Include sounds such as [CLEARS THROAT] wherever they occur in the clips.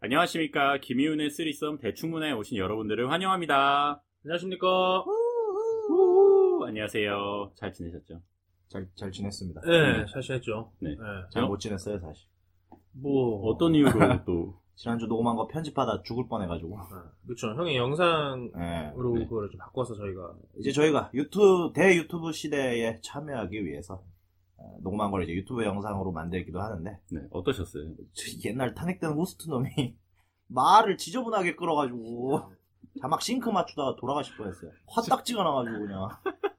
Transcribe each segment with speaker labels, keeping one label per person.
Speaker 1: 안녕하십니까. 김희훈의 쓰리썸 대충문화에 오신 여러분들을 환영합니다.
Speaker 2: 안녕하십니까.
Speaker 1: 우후, 안녕하세요. 잘 지내셨죠?
Speaker 3: 잘, 잘 지냈습니다.
Speaker 2: 네, 잘 지냈죠.
Speaker 1: 네.
Speaker 3: 잘 못 지냈어요, 사실.
Speaker 2: 뭐,
Speaker 1: 어떤
Speaker 3: [LAUGHS]
Speaker 1: 이유로 또,
Speaker 3: 지난주 녹음한 거 편집하다 죽을 뻔해가지고.
Speaker 2: 그쵸. 그렇죠. 형이 영상으로
Speaker 3: 예.
Speaker 1: 네.
Speaker 2: 그걸 좀 바꿔서 저희가.
Speaker 3: 이제 저희가 유튜브, 대 유튜브 시대에 참여하기 위해서 어, 녹음한 걸 이제 유튜브 영상으로 만들기도 하는데, [LAUGHS]
Speaker 1: 네, 어떠셨어요?
Speaker 3: 저 옛날 탄핵된 호스트 놈이 [LAUGHS] 말을 지저분하게 끌어가지고,
Speaker 2: 네.
Speaker 3: 자막 싱크 맞추다가 돌아가실 뻔했어요. 화딱지가 나가지고 그냥.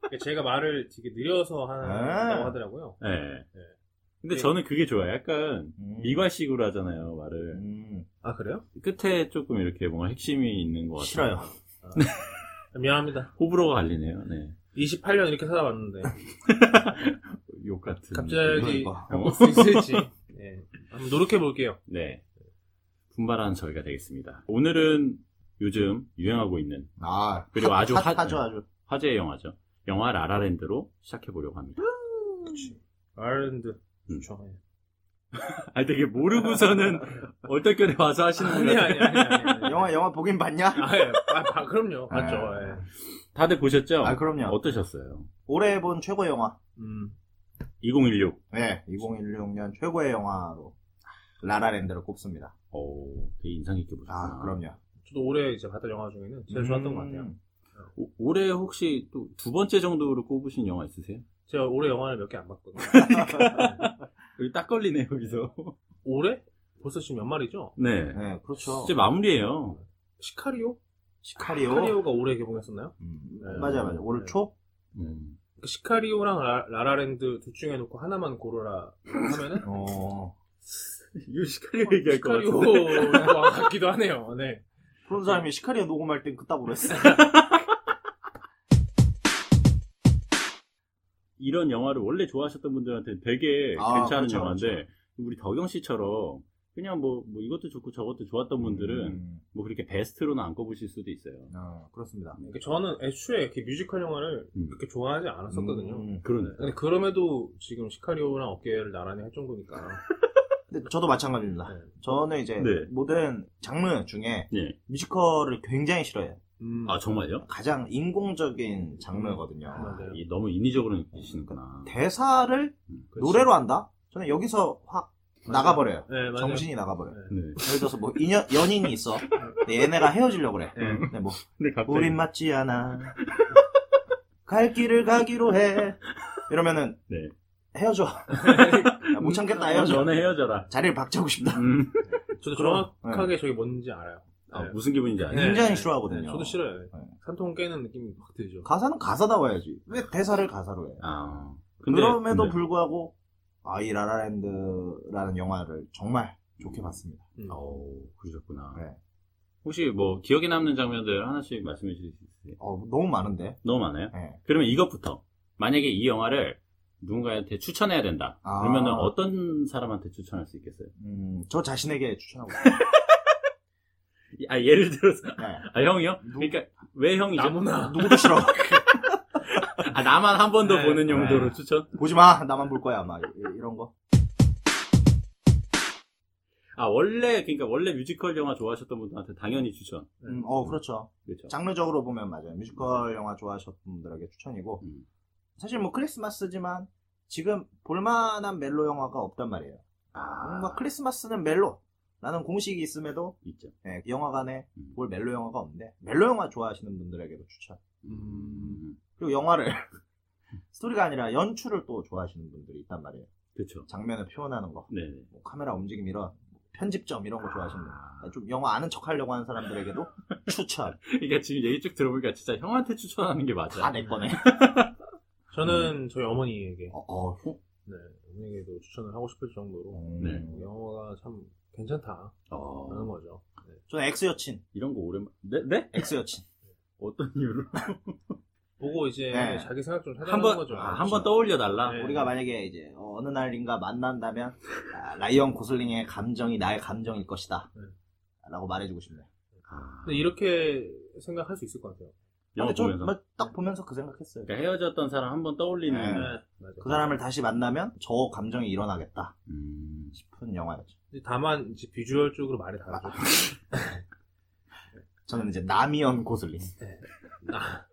Speaker 2: 그러니까 제가 말을 되게 느려서 한다고
Speaker 3: 네.
Speaker 2: 하더라고요.
Speaker 1: 네.
Speaker 2: 네.
Speaker 1: 근데
Speaker 2: 네.
Speaker 1: 저는 그게 좋아요. 약간
Speaker 3: 음.
Speaker 1: 미관식으로 하잖아요, 말을.
Speaker 3: 음,
Speaker 2: 아, 그래요?
Speaker 1: 끝에 조금 이렇게 뭔가 핵심이 있는 것 같아요.
Speaker 3: 싫어요.
Speaker 2: 미안합니다.
Speaker 1: 호불호가 갈리네요. 네.
Speaker 2: 28년 이렇게 [LAUGHS] 살아왔는데.
Speaker 1: 욕 같은.
Speaker 2: 갑자기
Speaker 3: 그러니까.
Speaker 2: 바꿀 수뭐 있을지. 네. 한번 노력해볼게요.
Speaker 1: 네. 분발하는 저희가 되겠습니다. 오늘은 요즘 유행하고 있는
Speaker 3: 아,
Speaker 1: 그리고 아주 핫-
Speaker 3: 핫하죠, 아주.
Speaker 1: 화제의 영화죠. 영화 라라랜드로 시작해보려고 합니다.
Speaker 2: 아일랜드. 그렇죠.
Speaker 1: 음.
Speaker 2: 좋아요.
Speaker 1: 아니 되게
Speaker 3: [LAUGHS]
Speaker 1: 모르고서는 얼떨결에 와서 하시는 분
Speaker 2: 아니,
Speaker 1: 같아요.
Speaker 2: 아니, 아니. [LAUGHS] 아니.
Speaker 3: 영화, 영화 보긴 봤냐?
Speaker 2: 네. 아, 예. 아, 봐, 그럼요. 맞죠.
Speaker 3: 아.
Speaker 2: 예.
Speaker 1: 다들 보셨죠?
Speaker 3: 아, 그럼요.
Speaker 1: 어떠셨어요?
Speaker 3: 올해 본 최고의 영화.
Speaker 2: 음.
Speaker 1: 2016.
Speaker 3: 네, 2016년 최고의 영화로 라라랜드를 꼽습니다.
Speaker 1: 오, 어, 되게 인상 깊게 보셨구나.
Speaker 3: 아, 그럼요.
Speaker 2: 저도 올해 이제 봤던 영화 중에는 제일 좋았던 것 같아요.
Speaker 3: 음,
Speaker 1: 오- 올해 혹시 또 두 번째 정도로 꼽으신 영화 있으세요?
Speaker 2: 제가 올해 영화를 몇 개 안 봤거든요. [LAUGHS]
Speaker 1: 여기 딱 걸리네,
Speaker 3: [LAUGHS]
Speaker 1: 여기서.
Speaker 2: 올해? 벌써 지금 연말이죠?
Speaker 1: 네.
Speaker 3: 네, 그렇죠.
Speaker 1: 이제 마무리예요.
Speaker 2: 시카리오?
Speaker 3: 시카리오.
Speaker 2: 시카리오가 올해 개봉했었나요?
Speaker 3: 음,
Speaker 2: 네.
Speaker 3: 맞아요, 맞아요. 올
Speaker 2: 네.
Speaker 3: 초? [LAUGHS]
Speaker 1: 음.
Speaker 2: 그 시카리오랑 라, 라랜드둘 중에 놓고 하나만 고르라
Speaker 3: [LAUGHS]
Speaker 2: 하면은
Speaker 3: 어.
Speaker 1: 이거 시카리오
Speaker 2: 시카리오 같기도 하네요. 네.
Speaker 3: 그런 사람이 시카리오 녹음할 땐 그따구로 했어.
Speaker 1: [LAUGHS] 이런 영화를 원래 좋아하셨던 분들한테 되게
Speaker 3: 아,
Speaker 1: 괜찮은
Speaker 3: 그렇죠,
Speaker 1: 영화인데
Speaker 3: 그렇죠.
Speaker 1: 우리 덕영 씨처럼 그냥 뭐, 뭐 이것도 좋고 저것도 좋았던 분들은
Speaker 3: 음,
Speaker 1: 뭐 그렇게 베스트로는 안 꼽으실 수도 있어요.
Speaker 3: 어, 그렇습니다.
Speaker 2: 그러니까 저는 애초에 이렇게 뮤지컬 영화를
Speaker 1: 음.
Speaker 2: 그렇게 좋아하지 않았었거든요.
Speaker 3: 음, 음.
Speaker 1: 그러네.
Speaker 2: 근데 그럼에도 지금 시카리오랑 어깨를 나란히 할 정도니까.
Speaker 3: 근데 저도 마찬가지입니다.
Speaker 2: 네. 예.
Speaker 3: 저는 이제
Speaker 1: 네.
Speaker 3: 모든 장르 중에
Speaker 1: 네.
Speaker 3: 뮤지컬을 굉장히 싫어해요.
Speaker 2: 음.
Speaker 1: 아, 정말요?
Speaker 3: 가장 인공적인 장르거든요.
Speaker 2: 맞아요. 네.
Speaker 1: 이- 너무 인위적으로 느끼시는구나. 음, 그렇죠.
Speaker 3: 대사를
Speaker 2: 그치.
Speaker 3: 노래로 한다? 저는 여기서 확 나가버려요.
Speaker 2: 네, 맞아요.
Speaker 3: 정신이 나가버려요.
Speaker 1: 네.
Speaker 3: 예를 들어서 뭐 인연, 연인이 있어. 근데 얘네가 헤어지려고 그래.
Speaker 2: 네.
Speaker 3: 근데 뭐
Speaker 1: 근데 갑자기
Speaker 3: 우린 맞지 않아. 갈 길을 가기로 해. 이러면은
Speaker 1: 네.
Speaker 3: 헤어져. 야, 못 참겠다
Speaker 1: 어,
Speaker 3: 헤어져.
Speaker 1: 너네 헤어져라.
Speaker 3: 자리를 박차고 싶다.
Speaker 1: 음.
Speaker 2: 저도
Speaker 3: 그럼,
Speaker 2: 정확하게 저게 뭔지 알아요.
Speaker 1: 아,
Speaker 2: 네.
Speaker 1: 무슨 기분인지 알죠?
Speaker 2: 네.
Speaker 3: 굉장히 싫어하거든요.
Speaker 2: 네, 저도 싫어요. 네.
Speaker 3: 네.
Speaker 2: 산통 깨는 느낌이 확 들죠.
Speaker 3: 가사는 가사다워야지. 왜 대사를 가사로 해?
Speaker 1: 아.
Speaker 3: 그럼에도
Speaker 1: 근데-
Speaker 3: 불구하고 아이 라라랜드라는 영화를 정말 좋게 봤습니다.
Speaker 2: 음.
Speaker 1: 어, 그러셨구나.
Speaker 3: 네.
Speaker 1: 혹시 뭐 기억에 남는 장면들 하나씩 말씀해 주실 수 있으세요?
Speaker 3: 어, 너무 많은데.
Speaker 1: 너무 많아요?
Speaker 3: 네.
Speaker 1: 그러면 이것부터 만약에 이 영화를 누군가한테 추천해야 된다.
Speaker 3: 아.
Speaker 1: 그러면은 어떤 사람한테 추천할 수 있겠어요?
Speaker 3: 음, 저 자신에게 추천하고 싶어요.
Speaker 1: 아 예를 들어서
Speaker 3: 네.
Speaker 1: 아 형이요?
Speaker 3: 누-
Speaker 1: 그러니까 왜 형이죠?
Speaker 2: 나무나.
Speaker 3: 누구도 싫어.
Speaker 1: 아 나만 한 번 더
Speaker 2: 네.
Speaker 1: 보는
Speaker 3: 네.
Speaker 1: 용도로 추천?
Speaker 3: 보지 마. 나만 볼 거야. 막 이- 이런 거.
Speaker 1: 아 원래 그러니까 원래 뮤지컬 영화 좋아하셨던 분들한테 당연히 추천.
Speaker 3: 음, 어, 그렇죠.
Speaker 1: 그렇죠.
Speaker 3: 장르적으로 보면 맞아요. 뮤지컬 영화 좋아하셨던 분들에게 추천이고
Speaker 1: 음.
Speaker 3: 사실 뭐 크리스마스지만 지금 볼만한 멜로 영화가 없단 말이에요. 뭔가
Speaker 1: 아,
Speaker 3: 크리스마스는 멜로라는 공식이 있음에도
Speaker 1: 있죠.
Speaker 3: 예, 영화관에
Speaker 1: 음.
Speaker 3: 볼 멜로 영화가 없는데 멜로 영화 좋아하시는 분들에게도 추천.
Speaker 1: 음,
Speaker 3: 그리고 영화를 [LAUGHS] 스토리가 아니라 연출을 또 좋아하시는 분들이 있단 말이에요.
Speaker 1: 그렇죠.
Speaker 3: 장면을 표현하는 거,
Speaker 1: 네.
Speaker 3: 뭐 카메라 움직임 이런 뭐 편집점 이런 거 좋아하시는 분.
Speaker 1: 아,
Speaker 3: 좀 영화 아는 척 하려고 하는 사람들에게도 추천.
Speaker 1: 그러니까 지금 얘기 쭉 들어보니까 진짜 형한테 추천하는 게 맞아.
Speaker 3: 다
Speaker 1: [LAUGHS]
Speaker 3: 내 거네.
Speaker 2: 저는
Speaker 3: 음.
Speaker 2: 저희 어머니에게
Speaker 3: 어, 어,
Speaker 2: 네, 어머니에게도 추천을 하고 싶을 정도로
Speaker 3: 음,
Speaker 1: 네.
Speaker 2: 영화가 참 괜찮다라는
Speaker 1: 어,
Speaker 2: 거죠.
Speaker 3: 저는 엑스 여친,
Speaker 1: 이런 거 오랜만. 네? 네?
Speaker 3: 엑스 여친.
Speaker 1: 어떤 이유로?
Speaker 2: 보고 이제
Speaker 3: 네.
Speaker 2: 자기 생각 좀 해달라는
Speaker 1: 한번
Speaker 2: 거죠.
Speaker 1: 아, 한번 떠올려 달라.
Speaker 2: 네.
Speaker 3: 우리가 만약에 이제 어느 날인가 만난다면 아, 라이언 고슬링의 감정이 나의 감정일 것이다.
Speaker 2: 네.
Speaker 3: 라고 말해주고 싶네요.
Speaker 1: 아.
Speaker 2: 근데 이렇게 생각할 수 있을 것 같아요.
Speaker 1: 영화
Speaker 3: 근데
Speaker 1: 보면서.
Speaker 3: 저딱 보면서 그 생각했어요.
Speaker 1: 그러니까 헤어졌던 사람 한번 떠올리는.
Speaker 3: 네.
Speaker 2: 맞아요.
Speaker 3: 그 사람을 다시 만나면 저 감정이 일어나겠다.
Speaker 1: 음.
Speaker 3: 싶은 영화였죠.
Speaker 2: 근데 다만 이제 비주얼 쪽으로 말이
Speaker 1: 아,
Speaker 2: 다르죠.
Speaker 3: 저는 이제 남이언 고슬링.
Speaker 2: 아,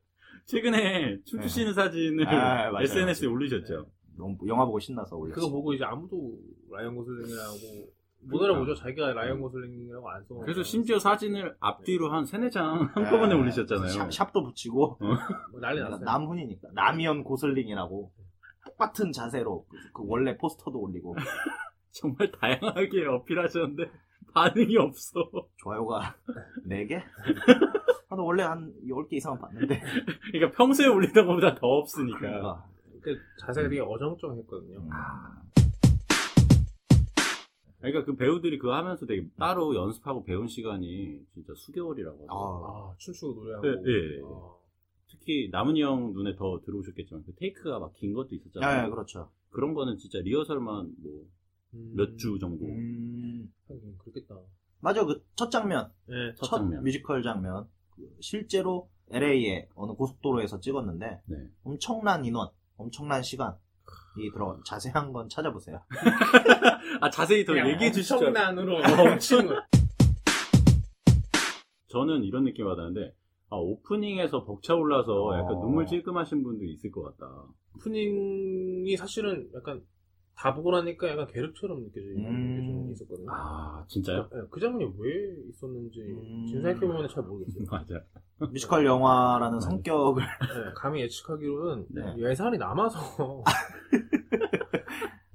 Speaker 1: 최근에 춤추시는 사진을
Speaker 3: 아, 맞아요,
Speaker 1: SNS에
Speaker 3: 맞아요.
Speaker 1: 올리셨죠.
Speaker 3: 너무 영화 보고 신나서 올렸어요.
Speaker 1: 뭐
Speaker 2: 그거 보고 이제 아무도 라이언 고슬링이라고 못
Speaker 1: 그러니까.
Speaker 2: 알아보죠. 자기가 라이언 고슬링이라고 안 써.
Speaker 1: 그래서 심지어 사진을 앞뒤로 한 세네 장 [LAUGHS]
Speaker 3: 네.
Speaker 1: 한꺼번에 올리셨잖아요.
Speaker 3: 샵, 샵도 붙이고
Speaker 2: 뭐 난리 났어요.
Speaker 3: 남훈이니까 남이언 고슬링이라고 똑같은 자세로 그 원래 포스터도 올리고
Speaker 1: 정말 다양하게 어필하셨는데 반응이 없어.
Speaker 3: 좋아요가 [LAUGHS] 4개? 나도 원래 한 10개 이상은 봤는데
Speaker 1: [LAUGHS] 그러니까 평소에 올리던 것보다 더 없으니까.
Speaker 3: 그러니까 아,
Speaker 2: 그 자세가 되게
Speaker 1: 음.
Speaker 2: 어정쩡했거든요.
Speaker 1: 그러니까 그 배우들이 그거 하면서 되게 따로 연습하고 배운 시간이 진짜 수개월이라고. 하더라고요.
Speaker 3: 아,
Speaker 2: 아 춤추고 노래하고.
Speaker 1: 예, 예, 예.
Speaker 2: 아,
Speaker 1: 특히 남은이 형 눈에 더 들어오셨겠지만 그 테이크가 막 긴 것도 있었잖아요. 네.
Speaker 3: 예, 예, 그렇죠
Speaker 1: 그런 거는 진짜 리허설만
Speaker 2: 음,
Speaker 1: 뭐 몇 주 정도.
Speaker 3: 음,
Speaker 2: 하긴 그렇겠다.
Speaker 3: 맞아 그 첫 장면
Speaker 2: 예.
Speaker 1: 첫
Speaker 3: 첫,
Speaker 1: 장면.
Speaker 3: 뮤지컬 장면 그 실제로 LA의 어느 고속도로에서 찍었는데
Speaker 1: 네.
Speaker 3: 엄청난 인원 엄청난 시간 이 들어 자세한 건
Speaker 1: [LAUGHS]
Speaker 3: 찾아보세요
Speaker 1: 아 자세히 더
Speaker 2: 그냥
Speaker 1: 얘기해 주시죠. [LAUGHS]
Speaker 2: 엄청난으로 엄청
Speaker 1: 저는 이런 느낌 받았는데 아, 오프닝에서 벅차올라서 약간
Speaker 3: 어.
Speaker 1: 눈물 찔끔하신 분도 있을 것 같다.
Speaker 2: 오프닝이 사실은 약간 다 보고 나니까 약간 계륵처럼 느껴지는
Speaker 3: 음.
Speaker 2: 게 좀 있었거든요.
Speaker 1: 아 진짜요?
Speaker 2: 예, 그 장면이 왜 있었는지
Speaker 3: 음.
Speaker 2: 지금 생각해보면 잘 모르겠어요.
Speaker 1: 맞아.
Speaker 3: 뮤지컬 영화라는 성격을 [LAUGHS]
Speaker 2: 예, 감히 예측하기로는
Speaker 1: 네.
Speaker 2: 예산이 남아서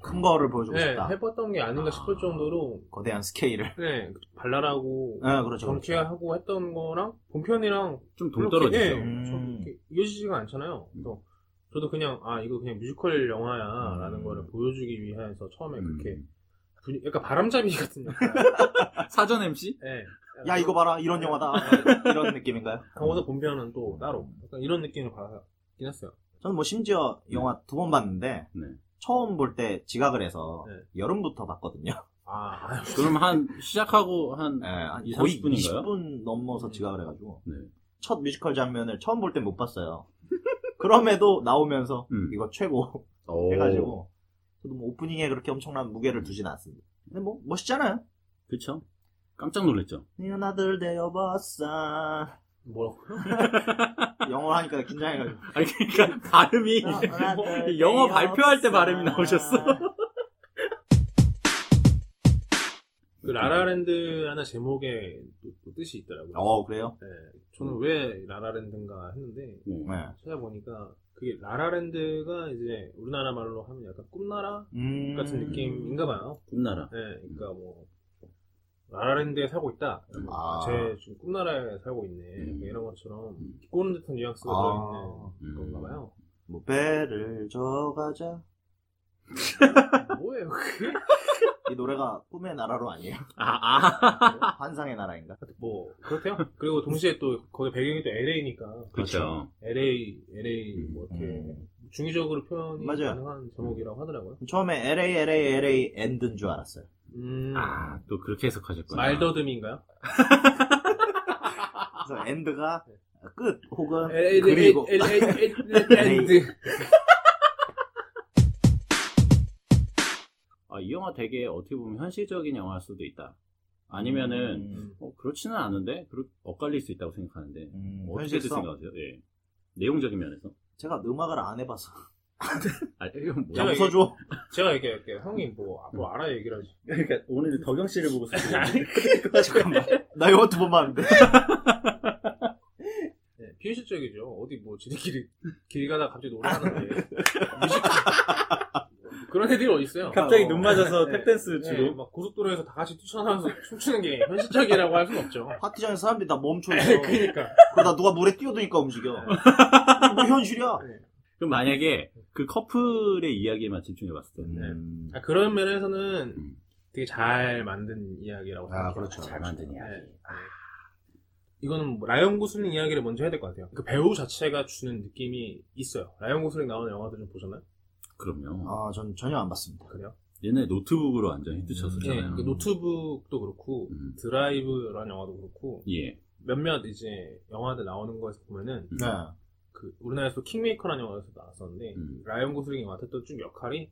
Speaker 3: 큰 거를
Speaker 2: [LAUGHS]
Speaker 3: 보여주고
Speaker 2: 예,
Speaker 3: 싶다
Speaker 2: 해봤던 게 아닌가 싶을 정도로
Speaker 3: 거대한 스케일을
Speaker 2: 네, 발랄하고
Speaker 3: 예, 그렇죠 그렇죠.
Speaker 2: 정쾌하고 했던 거랑 본편이랑
Speaker 1: 좀 동떨어지죠.
Speaker 2: 그렇게, 예,
Speaker 3: 음.
Speaker 2: 좀 이렇게 이어지지가 않잖아요. 그래서 저도 그냥 아 이거 그냥 뮤지컬 영화야라는
Speaker 3: 음.
Speaker 2: 거를 보여주기 위해서 처음에
Speaker 1: 음.
Speaker 2: 그렇게 분- 약간 바람잡이
Speaker 3: [LAUGHS]
Speaker 2: 같은 역할.
Speaker 1: 사전 MC?
Speaker 2: 예.
Speaker 3: 야 이거 봐라 이런 영화다 이런 느낌인가요?
Speaker 2: 강호도 본편은
Speaker 3: 음.
Speaker 2: 또 따로 약간 이런 느낌을 받았긴 했어요.
Speaker 3: 저는 뭐 심지어 영화 두 번 봤는데
Speaker 1: 네.
Speaker 3: 처음 볼 때 지각을 해서
Speaker 2: 네.
Speaker 1: [LAUGHS]
Speaker 3: 여름부터 봤거든요.
Speaker 2: 아, 아유,
Speaker 1: 그럼 한 시작하고 네, 한
Speaker 3: 예, 한
Speaker 1: 이,
Speaker 3: 거의
Speaker 1: 30분 인가요?
Speaker 3: 20분 넘어서
Speaker 2: 음.
Speaker 3: 지각을 해가지고
Speaker 1: 네.
Speaker 3: 첫 뮤지컬 장면을 처음 볼 땐 못 봤어요. [LAUGHS] 그럼에도 나오면서
Speaker 1: 음.
Speaker 3: 이거 최고
Speaker 1: 오.
Speaker 3: 해가지고 저도 뭐 오프닝에 그렇게 엄청난 무게를 두진 않습니다. 근데 뭐 멋있잖아요.
Speaker 1: 그쵸? 깜짝 놀랐죠.
Speaker 3: Another day of our sun.
Speaker 2: [LAUGHS] 뭐라고요?
Speaker 3: 영어로 하니까
Speaker 1: [LAUGHS]
Speaker 3: 긴장해가지고
Speaker 1: 아니 그러니까 발음이
Speaker 2: 어,
Speaker 1: 영어 발표할 때 발음이 나오셨어.
Speaker 2: 그 라라랜드라는 제목에 또, 또 뜻이 있더라고요.
Speaker 3: 어 그래요?
Speaker 2: 예, 저는 왜 라라랜드인가 했는데
Speaker 1: 네.
Speaker 3: 네.
Speaker 2: 찾아보니까 그게 라라랜드가 이제 우리나라 말로 하면 약간 꿈나라
Speaker 3: 음...
Speaker 2: 같은 느낌인가 봐요.
Speaker 1: 꿈나라.
Speaker 2: 예, 그러니까 뭐 라라랜드에 살고 있다.
Speaker 3: 아.
Speaker 2: 제 지금 꿈나라에 살고 있네.
Speaker 1: 음.
Speaker 2: 이런 것처럼
Speaker 1: 음.
Speaker 2: 꼬는 듯한 뉘앙스가
Speaker 3: 아.
Speaker 2: 들어있는 건가
Speaker 3: [LAUGHS]
Speaker 2: 봐요.
Speaker 3: 뭐 배를 저가자
Speaker 2: 뭐예요 그게?
Speaker 3: 이 노래가 꿈의 나라로 [LAUGHS] 아니에요? 네,
Speaker 1: 아, 아.
Speaker 3: 환상의 나라인가?
Speaker 2: 뭐 그렇대요. 그리고 동시에 또 거기 배경이 또 LA니까
Speaker 1: 그렇죠.
Speaker 2: LA, LA 뭐 이렇게
Speaker 3: 음.
Speaker 2: 중의적으로 표현이
Speaker 3: 맞아요.
Speaker 2: 가능한 제목이라고 하더라고요.
Speaker 3: 처음에 LA LA LA 엔드인 줄 알았어요.
Speaker 2: 음,
Speaker 1: 아, 또 그렇게 해석하셨구나.
Speaker 2: 말더듬인가요?
Speaker 3: 그래서 [LAUGHS] 엔드가 끝 혹은
Speaker 2: LA,
Speaker 3: 아, 그리고
Speaker 2: LA, LA,
Speaker 1: 아, 이 영화 되게 어떻게 보면 현실적인 영화일 수도 있다. 아니면은
Speaker 3: 음,
Speaker 1: 어, 그렇지는 않은데 그렇, 엇갈릴 수 있다고 생각하는데 뭐
Speaker 3: 음,
Speaker 1: 어떻게
Speaker 3: 현실성.
Speaker 1: 생각하세요? 예. 내용적인 면에서
Speaker 3: 제가 음악을 안 해봐서
Speaker 1: 아 이건
Speaker 2: 제가
Speaker 1: 뭐야?
Speaker 2: 이-
Speaker 3: 웃어줘.
Speaker 2: 제가 얘기할게요. 형이 뭐 앞으로 알아야 얘기를 하지.
Speaker 3: [LAUGHS]
Speaker 1: 그러니까 오늘 덕영 씨를 보고
Speaker 3: 잠깐만. 나 영화 두 번 봤는데.
Speaker 2: 네, 비현실적이죠. 어디 뭐 지들끼리 길 가다 갑자기 노래하는데 뮤지컬 그런 애들이 어디 있어요?
Speaker 1: 갑자기
Speaker 3: 어.
Speaker 1: 눈 맞아서
Speaker 2: 네.
Speaker 1: 탭댄스
Speaker 2: 네,
Speaker 1: 주고
Speaker 2: 막 고속도로에서 다 같이 뛰쳐나와서 춤추는 게 현실적이라고 할 순 없죠.
Speaker 3: 파티장에 사람들이 다 멈춰 있어.
Speaker 2: 그러니까
Speaker 3: 그러다 누가 물에 뛰어드니까 움직여.
Speaker 1: 네.
Speaker 3: 뭐 현실이야.
Speaker 1: 그럼 만약에 그 커플의 이야기에만 집중해봤을 때
Speaker 3: 음.
Speaker 2: 아, 그런 면에서는
Speaker 1: 음.
Speaker 2: 되게 잘 만든 이야기라고 생각해요.
Speaker 3: 아 그렇죠.
Speaker 1: 잘 만든 이야기.
Speaker 2: 네. 이거는 뭐 라이언 고슬링 이야기를 먼저 해야 될 것 같아요. 그 배우 자체가 주는 느낌이 있어요. 라이언 고슬링 나오는 영화들 좀 보셨나요?
Speaker 1: 그럼요.
Speaker 3: 아전 전혀 안 봤습니다.
Speaker 2: 그래요?
Speaker 1: 얘네 노트북으로 완전 히트
Speaker 2: 네,
Speaker 1: 쳤었잖아요.
Speaker 2: 그 노트북도 그렇고
Speaker 1: 음.
Speaker 2: 드라이브라는 영화도 그렇고
Speaker 1: 예.
Speaker 2: 몇몇 이제 영화들 나오는 거에서 보면은
Speaker 1: 음.
Speaker 3: 네.
Speaker 2: 그 우리나라에서 킹메이커라는 영화에서 나왔었는데
Speaker 1: 음.
Speaker 2: 라이언 고슬링이 맡았던 좀 역할이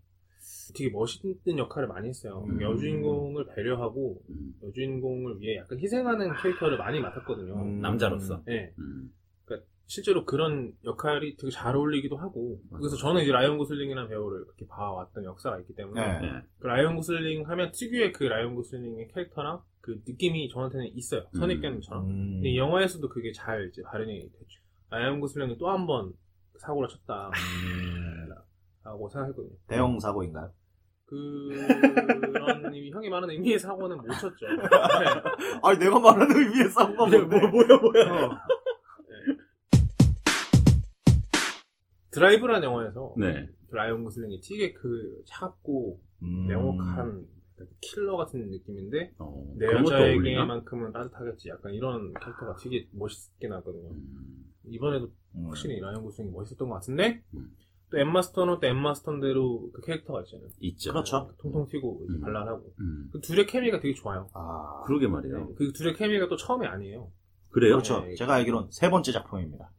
Speaker 2: 되게 멋있는 역할을 많이 했어요.
Speaker 1: 음.
Speaker 2: 여주인공을 배려하고
Speaker 1: 음,
Speaker 2: 여주인공을 위해 약간 희생하는 캐릭터를 많이 맡았거든요.
Speaker 3: 음.
Speaker 1: 남자로서.
Speaker 2: 예.
Speaker 1: 음.
Speaker 2: 실제로 그런 역할이 되게 잘 어울리기도 하고 그래서 저는 이제 라이언 고슬링이라는 배우를 그렇게 봐왔던 역사가 있기 때문에
Speaker 3: 네.
Speaker 1: 네.
Speaker 2: 그 라이언 고슬링 하면 특유의 그 라이언 고슬링의 캐릭터랑 그 느낌이 저한테는 있어요 선입견처럼
Speaker 3: 음.
Speaker 2: 아, 근데 이 영화에서도 그게 잘 이제 발현이 됐죠 라이언 고슬링이 또 한 번 사고를 쳤다
Speaker 3: 음.
Speaker 2: 라고 생각했거든요
Speaker 3: 대형 사고인가요? [LAUGHS]
Speaker 2: 그런 의미, 형이 말하는 의미의 사고는 못 쳤죠 네.
Speaker 3: 아니 내가 말하는 의미의 사고가 뭐, 뭐, 뭐야 뭐야
Speaker 2: 어. 네. 드라이브라는 영화에서
Speaker 1: 네.
Speaker 2: 라이언 고슬링이 되게 그 차갑고
Speaker 3: 음.
Speaker 2: 명확한 킬러 같은 느낌인데
Speaker 1: 어,
Speaker 2: 내
Speaker 1: 그런 것도 어울리나?
Speaker 2: 네, 여자에게만큼은 따뜻하겠지 약간 이런 캐릭터가 되게 멋있게 나왔거든요
Speaker 1: 음,
Speaker 2: 이번에도
Speaker 3: 음.
Speaker 2: 확실히 라이언 고슬링이 멋있었던 것 같은데
Speaker 1: 음.
Speaker 2: 또 엠마 스톤은 또 엠마 스톤대로 그 캐릭터가 있잖아요
Speaker 1: 있죠.
Speaker 3: 그렇죠
Speaker 2: 통통 튀고
Speaker 1: 음.
Speaker 2: 발랄하고
Speaker 1: 음,
Speaker 2: 그 둘의 케미가 되게 좋아요
Speaker 3: 아
Speaker 1: 그러게 말이에요.
Speaker 2: 그 둘의 케미가 또 처음이 아니에요
Speaker 1: 그래요?
Speaker 3: 그렇죠
Speaker 2: 네.
Speaker 3: 제가 알기론 세 번째 작품입니다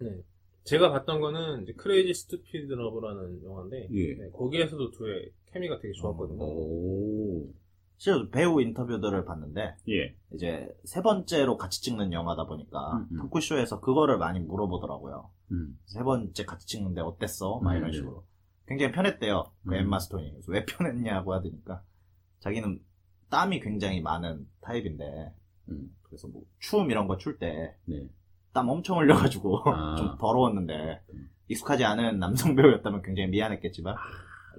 Speaker 2: 제가 봤던 거는 이제 크레이지 스튜피드 러브라는 영화인데
Speaker 1: 예.
Speaker 2: 네, 거기에서도 둘의 케미가 되게
Speaker 3: 어,
Speaker 2: 좋았거든요
Speaker 1: 오.
Speaker 3: 음. 실제로 배우 인터뷰들을 봤는데
Speaker 1: 예.
Speaker 3: 이제 세 번째로 같이 찍는 영화다 보니까
Speaker 1: 음, 음.
Speaker 3: 토크쇼에서 그거를 많이 물어보더라고요.
Speaker 1: 음.
Speaker 3: 세 번째 같이 찍는데 어땠어? 막 이런
Speaker 1: 음, 네.
Speaker 3: 식으로. 굉장히 편했대요. 그
Speaker 1: 음.
Speaker 3: 엠마 스톤이. 그래서 왜 편했냐고 하더니까 자기는 땀이 굉장히 많은 타입인데
Speaker 1: 음.
Speaker 3: 그래서 뭐 추움 이런 거 출 때 땀
Speaker 1: 네.
Speaker 3: 엄청 흘려가지고
Speaker 1: 아.
Speaker 3: 어, [LAUGHS] 좀 더러웠는데
Speaker 1: 음.
Speaker 3: 익숙하지 않은 남성 배우였다면 굉장히 미안했겠지만